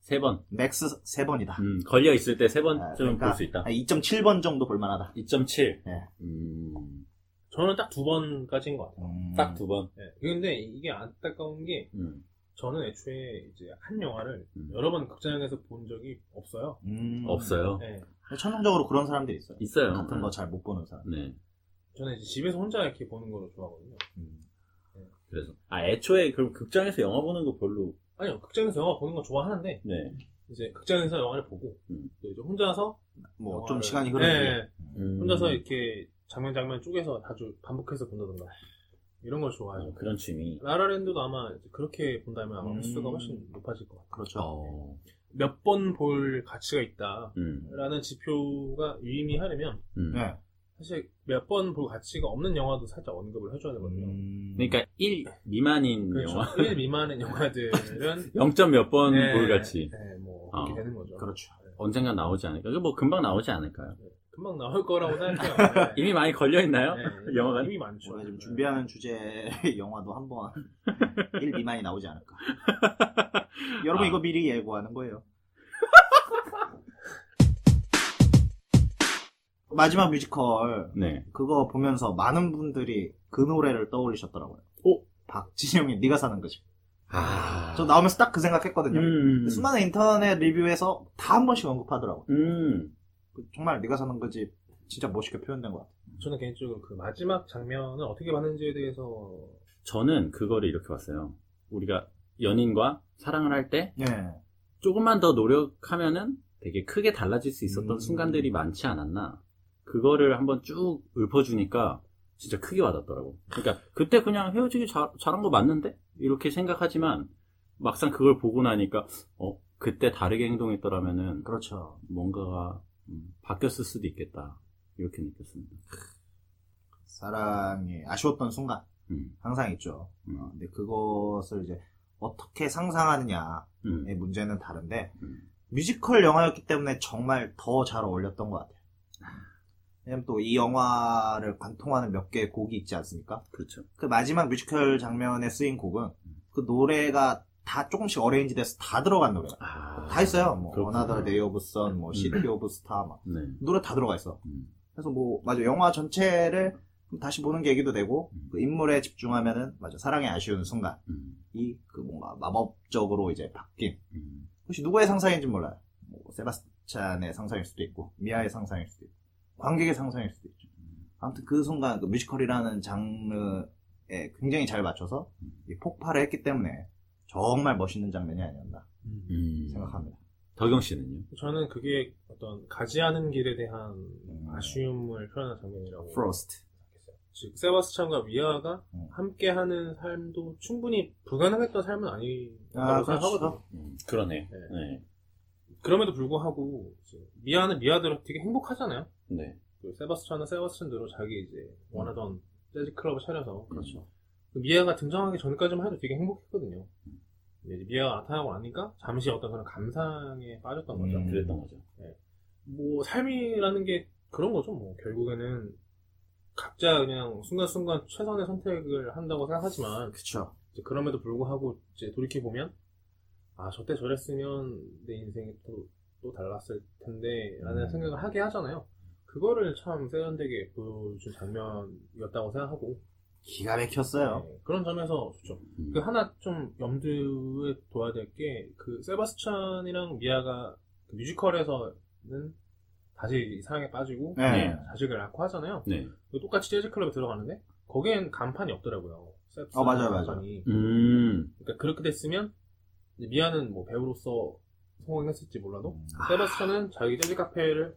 Speaker 1: 세 번.
Speaker 3: 맥스 세 번이다.
Speaker 1: 음, 걸려 있을 때 세
Speaker 3: 아,
Speaker 1: 번쯤은
Speaker 3: 그러니까
Speaker 1: 볼 수 있다.
Speaker 3: 2.7번 정도 볼만하다.
Speaker 1: 2.7.
Speaker 3: 네.
Speaker 1: 음,
Speaker 2: 저는 딱 두 번까지인 것 같아요.
Speaker 3: 음,
Speaker 1: 딱 두 번.
Speaker 2: 네. 근데 이게 안타까운 게
Speaker 1: 음,
Speaker 2: 저는 애초에 이제 한 영화를
Speaker 1: 음.
Speaker 2: 여러 번 극장에서 본 적이 없어요.
Speaker 3: 음.
Speaker 1: 없어요. 음.
Speaker 2: 네.
Speaker 3: 천성적으로 그런 사람들이 있어요.
Speaker 1: 있어요.
Speaker 3: 같은 거 잘 못 보는 사람.
Speaker 1: 네.
Speaker 2: 저는 이제 집에서 혼자 이렇게 보는 걸 좋아하거든요.
Speaker 3: 음.
Speaker 1: 그래서. 아, 애초에 그럼 극장에서 영화 보는 거 별로.
Speaker 2: 아니요, 극장에서 영화 보는 거 좋아하는데
Speaker 1: 네.
Speaker 2: 이제 극장에서 영화를 보고
Speaker 1: 음.
Speaker 2: 또 이제 혼자서
Speaker 3: 뭐
Speaker 2: 영화를-
Speaker 3: 좀 시간이 흐르는 뒤에.
Speaker 2: 네, 혼자서
Speaker 1: 음.
Speaker 2: 이렇게 장면 장면 쪼개서 자주 반복해서 본다던가 이런 걸
Speaker 1: 아,
Speaker 2: 좋아해요.
Speaker 1: 그런 취미.
Speaker 2: 라라랜드도 아마 이제 그렇게 본다면 아마
Speaker 3: 음.
Speaker 2: 횟수가 훨씬 높아질 것 같아요.
Speaker 3: 그렇죠.
Speaker 1: 어.
Speaker 2: 몇 번 볼 가치가 있다라는
Speaker 1: 음.
Speaker 2: 지표가 유의미하려면
Speaker 1: 음.
Speaker 3: 네.
Speaker 2: 사실 몇 번 볼 가치가 없는 영화도 살짝 언급을 해줘야 되거든요.
Speaker 3: 음.
Speaker 1: 그러니까 1 미만인
Speaker 2: 그렇죠.
Speaker 1: 영화. [LAUGHS]
Speaker 2: 1 미만의 영화들은
Speaker 1: 0점 [LAUGHS] 몇 번
Speaker 2: 네,
Speaker 1: 볼같이
Speaker 2: 네, 뭐 그렇게
Speaker 1: 어,
Speaker 2: 되는 거죠.
Speaker 3: 그렇죠.
Speaker 1: 언젠가 나오지 않을까. 이거 뭐 금방 나오지 않을까요?
Speaker 2: 금방 나올 거라고
Speaker 1: [LAUGHS]
Speaker 2: 생각해요.
Speaker 1: 이미 많이 걸려 있나요?
Speaker 2: 네,
Speaker 1: [LAUGHS] 영화관?
Speaker 2: 이미 많죠.
Speaker 3: 우리가 지금 준비하는 주제 [LAUGHS] 영화도 한번 1, 미만이 나오지 않을까. 여러분
Speaker 1: 아.
Speaker 3: 이거 미리 예고하는 거예요. 마지막 뮤지컬
Speaker 1: 네.
Speaker 3: 그거 보면서 많은 분들이 그 노래를 떠올리셨더라고요.
Speaker 1: 오.
Speaker 3: 박진영의 네가 사는 거지.
Speaker 1: 아.
Speaker 3: 저 나오면서 딱 그 생각했거든요.
Speaker 1: 음.
Speaker 3: 수많은 인터넷 리뷰에서 다 한 번씩 언급하더라고.
Speaker 1: 음.
Speaker 3: 그 정말 네가 사는 거지 진짜 멋있게 표현된 것 같아.
Speaker 2: 저는 개인적으로 그 마지막 장면을 어떻게 봤는지에 대해서
Speaker 1: 저는 그거를 이렇게 봤어요. 우리가 연인과 사랑을 할 때
Speaker 3: 예.
Speaker 1: 조금만 더 노력하면은 되게 크게 달라질 수 있었던
Speaker 3: 음.
Speaker 1: 순간들이 많지 않았나. 그거를 한번 쭉 읊어주니까 진짜 크게 와닿더라고. 그러니까 그때 그냥 헤어지기 잘, 잘한 거 맞는데? 이렇게 생각하지만 막상 그걸 보고 나니까 어, 그때 다르게 행동했더라면은
Speaker 3: 그렇죠.
Speaker 1: 뭔가가 음, 바뀌었을 수도 있겠다. 이렇게 느꼈습니다.
Speaker 3: 사랑이 아쉬웠던 순간
Speaker 1: 음,
Speaker 3: 항상 있죠. 어,
Speaker 1: 음,
Speaker 3: 근데 그것을 이제 어떻게 상상하느냐의
Speaker 1: 음.
Speaker 3: 문제는 다른데
Speaker 1: 음.
Speaker 3: 뮤지컬 영화였기 때문에 정말 더 잘 어울렸던 것 같아요. 왜냐면 또 이 영화를 관통하는 몇 개의 곡이 있지 않습니까?
Speaker 1: 그렇죠.
Speaker 3: 그 마지막 뮤지컬 장면에 쓰인 곡은 그 노래가 다 조금씩 어레인지 돼서 다 들어간 노래가
Speaker 1: 아,
Speaker 3: 다 있어요. 뭐
Speaker 1: 그렇구나.
Speaker 3: Another Day of Sun, 뭐
Speaker 1: 음.
Speaker 3: City of Star 막
Speaker 1: 네.
Speaker 3: 노래 다 들어가 있어.
Speaker 1: 음,
Speaker 3: 그래서 뭐 맞아 영화 전체를 다시 보는 계기도 되고 그 인물에 집중하면은 맞아 사랑에 아쉬운 순간
Speaker 1: 음,
Speaker 3: 이 그 뭔가 마법적으로 이제 바뀐
Speaker 1: 음.
Speaker 3: 혹시 누구의 상상인지 몰라요. 뭐 세바스찬의 상상일 수도 있고 미아의 상상일 수도 있고 관객의 상상일 수도 있죠. 아무튼 그 순간 그 뮤지컬이라는 장르에 굉장히 잘 맞춰서 이 폭발을 했기 때문에 정말 멋있는 장면이 아니었나
Speaker 1: 음.
Speaker 3: 생각합니다.
Speaker 1: 덕영 씨는요?
Speaker 2: 저는 그게 어떤 가지 않은 길에 대한
Speaker 3: 음.
Speaker 2: 아쉬움을 표현한 장면이라고
Speaker 1: 음.
Speaker 3: 프로스트.
Speaker 2: 생각했어요. 즉 세바스찬과 미아가
Speaker 3: 음.
Speaker 2: 함께하는 삶도 충분히 불가능했던 삶은 아니라고
Speaker 3: 아, 그렇죠.
Speaker 2: 생각하거든요.
Speaker 1: 음, 그러네.
Speaker 2: 네.
Speaker 1: 네.
Speaker 2: 그럼에도 불구하고 이제 미아는 미아대로 되게 행복하잖아요.
Speaker 1: 네.
Speaker 2: 그 세바스찬은 세바스찬대로 자기 이제 원하던 재즈 클럽을 차려서
Speaker 1: 그렇죠.
Speaker 2: 그 미아가 등장하기 전까지만 해도 되게 행복했거든요. 근데 이제 미아가 나타나고 나니까 잠시 어떤 그런 감상에 빠졌던 거죠.
Speaker 3: 음.
Speaker 1: 그랬던 거죠.
Speaker 2: 뭐 삶이라는 게 그런 거죠. 뭐 결국에는 각자 그냥 순간순간 최선의 선택을 한다고 생각하지만
Speaker 3: 그쵸.
Speaker 2: 이제 그럼에도 불구하고 이제 돌이켜 보면 아 저때 저랬으면 내 인생이 또, 또 달랐을 텐데라는
Speaker 3: 음.
Speaker 2: 생각을 하게 하잖아요. 그거를 참 세련되게 보여준 장면이었다고 생각하고
Speaker 3: 기가 막혔어요.
Speaker 2: 네, 그런 점에서 좋죠.
Speaker 1: 음.
Speaker 2: 그 하나 좀 염두에 둬야 될 게 그 세바스찬이랑 미아가 그 뮤지컬에서는 다시 이 사랑에 빠지고
Speaker 3: 네.
Speaker 2: 자식을 낳고 하잖아요.
Speaker 1: 네.
Speaker 2: 그리고 똑같이 재즈 클럽에 들어가는데 거기엔 간판이 없더라고요.
Speaker 3: 어, 맞아요, 맞아요.
Speaker 2: 간판이.
Speaker 1: 음.
Speaker 2: 그러니까 그렇게 됐으면 이제 미아는 뭐 배우로서 성공했을지 몰라도
Speaker 3: 아,
Speaker 2: 세바스찬은 자기 재즈 카페를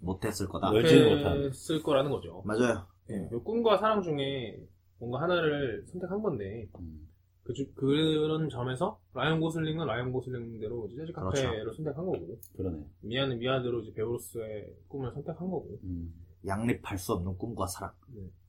Speaker 3: 못했을 거다.
Speaker 1: 왜? 열지는 못한.
Speaker 2: 했을 거라는 거죠.
Speaker 3: 맞아요.
Speaker 2: 예, 그 꿈과 사랑 중에 뭔가 하나를 선택한 건데
Speaker 1: 음.
Speaker 2: 그, 주- 그런 점에서 라이언 고슬링은 라이언 고슬링대로 이제 재즈
Speaker 3: 그렇죠.
Speaker 2: 카페를 선택한 거고
Speaker 1: 그러네.
Speaker 2: 미아는 미아대로 이제 배우로서의 꿈을 선택한 거고
Speaker 1: 음.
Speaker 3: 양립할 수 없는 꿈과 사랑.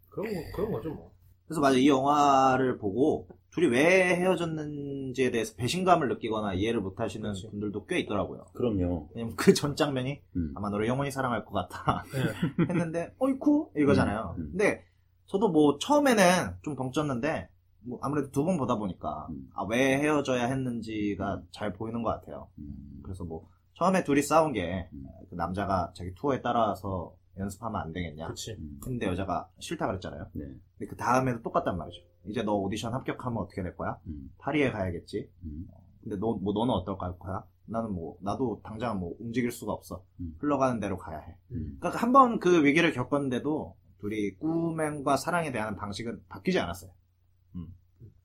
Speaker 2: 그런 거 그런 거죠 뭐.
Speaker 3: 그래서 맞아 이 영화를 보고 둘이 왜 헤어졌는지에 대해서 배신감을 느끼거나 이해를 못하시는
Speaker 2: 그치.
Speaker 3: 분들도 꽤 있더라고요.
Speaker 1: 그럼요.
Speaker 3: 왜냐면 그 전 장면이
Speaker 1: 음.
Speaker 3: 아마 너를 영원히 사랑할 것 같아
Speaker 2: 네.
Speaker 3: [LAUGHS] 했는데 어이쿠 이거잖아요.
Speaker 1: 음, 음.
Speaker 3: 근데 저도 뭐 처음에는 좀 벙쪘는데 뭐 아무래도 두 번 보다 보니까
Speaker 1: 음.
Speaker 3: 아, 왜 헤어져야 했는지가 잘 보이는 것 같아요.
Speaker 1: 음.
Speaker 3: 그래서 뭐 처음에 둘이 싸운 게
Speaker 1: 음.
Speaker 3: 그 남자가 자기 투어에 따라서 연습하면 안 되겠냐.
Speaker 2: 그렇지.
Speaker 1: 음.
Speaker 3: 근데 여자가 싫다 그랬잖아요.
Speaker 1: 네.
Speaker 3: 근데 그 다음에도 똑같단 말이죠. 이제 너 오디션 합격하면 어떻게 될 거야?
Speaker 1: 음.
Speaker 3: 파리에 가야겠지.
Speaker 1: 음.
Speaker 3: 근데 너, 뭐 너는 어떨 갈 거야? 나는 뭐 나도 당장 뭐 움직일 수가 없어.
Speaker 1: 음.
Speaker 3: 흘러가는 대로 가야 해.
Speaker 1: 음.
Speaker 3: 그러니까 한 번 그 위기를 겪었는데도 둘이 꿈과 사랑에 대한 방식은 바뀌지 않았어요. 음.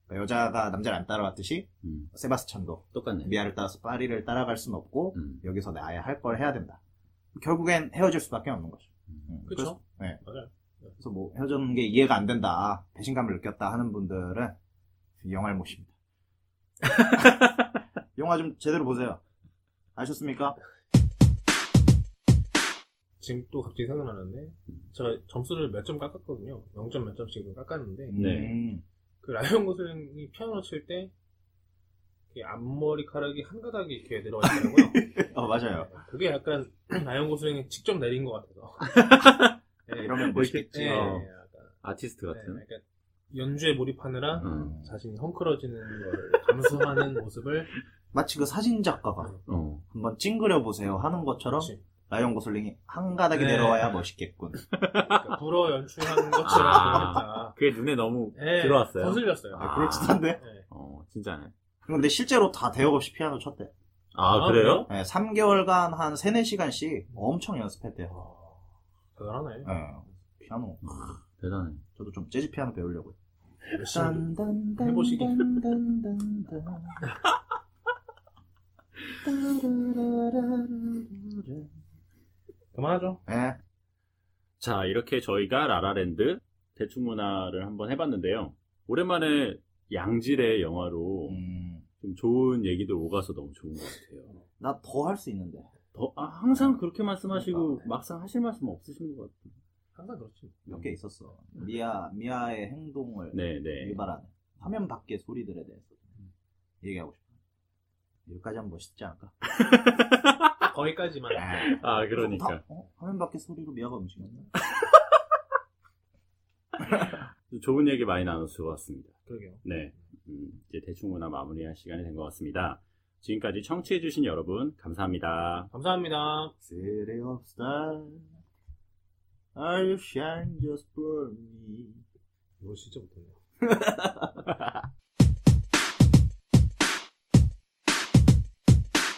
Speaker 3: 그러니까 여자가 남자를 안 따라왔듯이
Speaker 1: 음.
Speaker 3: 세바스찬도
Speaker 1: 똑같네.
Speaker 3: 미아를 따라서 파리를 따라갈 순 없고
Speaker 1: 음.
Speaker 3: 여기서 내 아예 할 걸 해야 된다. 결국엔 헤어질 수밖에 없는 거죠.
Speaker 1: 음.
Speaker 3: 음.
Speaker 2: 그렇죠.
Speaker 3: 네.
Speaker 2: 맞아요.
Speaker 3: 그래서 뭐 헤어졌는 게 이해가 안 된다, 배신감을 느꼈다 하는 분들은 이 영화를
Speaker 2: [LAUGHS]
Speaker 3: 모십니다. 영화 좀 제대로 보세요. 아셨습니까?
Speaker 2: 지금 또 갑자기 생각나는데 제가 점수를 몇 점 깎았거든요. 0점 몇 점씩 깎았는데
Speaker 1: 네.
Speaker 3: 음,
Speaker 2: 그 라이언 고슬링이 피아노 칠 때 앞머리카락이 한 가닥이 이렇게 내려와 있더라고요. 네,
Speaker 3: 어 [LAUGHS] 맞아요.
Speaker 2: 그게 약간 [CLEARS THROAT] 라이언 고슬링이 직접 내린 것 같아서. 네,
Speaker 3: 이러면 멋있겠지.
Speaker 2: 네,
Speaker 1: 어.
Speaker 2: 약간.
Speaker 1: 아티스트 같은.
Speaker 2: 네, 그러니까 연주에 몰입하느라
Speaker 1: 음.
Speaker 2: 자신이 헝클어지는 걸 감수하는 모습을
Speaker 3: 마치 그 사진 작가가
Speaker 1: 어.
Speaker 3: 한번 찡그려 보세요 하는 것처럼
Speaker 2: 그렇지.
Speaker 3: 라이언 고슬링이 한 가닥이
Speaker 2: 네.
Speaker 3: 내려와야 멋있겠군.
Speaker 2: 그러니까 불어 연출하는
Speaker 1: 아.
Speaker 2: 것처럼 보였다.
Speaker 1: 그게 눈에 너무
Speaker 2: 예,
Speaker 1: 들어왔어요?
Speaker 2: 거슬렸어요.
Speaker 1: 아.
Speaker 3: 그렇지도 한데
Speaker 2: 예.
Speaker 1: 어, 진짜네.
Speaker 3: 근데 실제로 다 대역 없이 피아노 쳤대.
Speaker 1: 아,
Speaker 2: 아,
Speaker 1: 그래요?
Speaker 3: 예, 3개월간 한 3, 4시간씩 엄청 연습했대요.
Speaker 2: 대단하네.
Speaker 3: 예, 피아노.
Speaker 1: 대단해.
Speaker 3: 저도 좀 재즈 피아노 배우려고.
Speaker 2: 열심히. 해보시기.
Speaker 3: 음.
Speaker 1: 음.
Speaker 2: 그만하죠.
Speaker 3: 예.
Speaker 1: 자, 이렇게 저희가 라라랜드 대충 문화를 한번 해봤는데요. 오랜만에 양질의 영화로
Speaker 3: 음,
Speaker 1: 좀 좋은 얘기들 오가서 너무 좋은 것 같아요.
Speaker 3: 나 더 할 수 있는데.
Speaker 1: 더- 아, 네. 항상 그렇게 말씀하시고
Speaker 3: 그러니까.
Speaker 1: 막상 하실 말씀 없으신 것 같아요.
Speaker 2: 항상 그렇지.
Speaker 3: 몇 개 있었어. 미아, 미아의 행동을
Speaker 1: 네, 네.
Speaker 3: 유발하는 화면 밖의 소리들에 대해서 얘기하고 싶어요. 여기까지 하면 멋있지 않을까?
Speaker 2: 거기까지만.
Speaker 1: 아, 그러니까.
Speaker 3: 다- 어? 화면 밖의 소리로 미아가 움직였나?
Speaker 1: 좋은 얘기 많이 나눴을 것 같습니다.
Speaker 2: 그러게요.
Speaker 1: 네. 음, 이제 대충 문화 마무리할 시간이 된 것 같습니다. 지금까지 청취해주신 여러분, 감사합니다.
Speaker 2: 감사합니다.
Speaker 3: City of stars, are you shine just for me?
Speaker 2: 이거 진짜 못했네.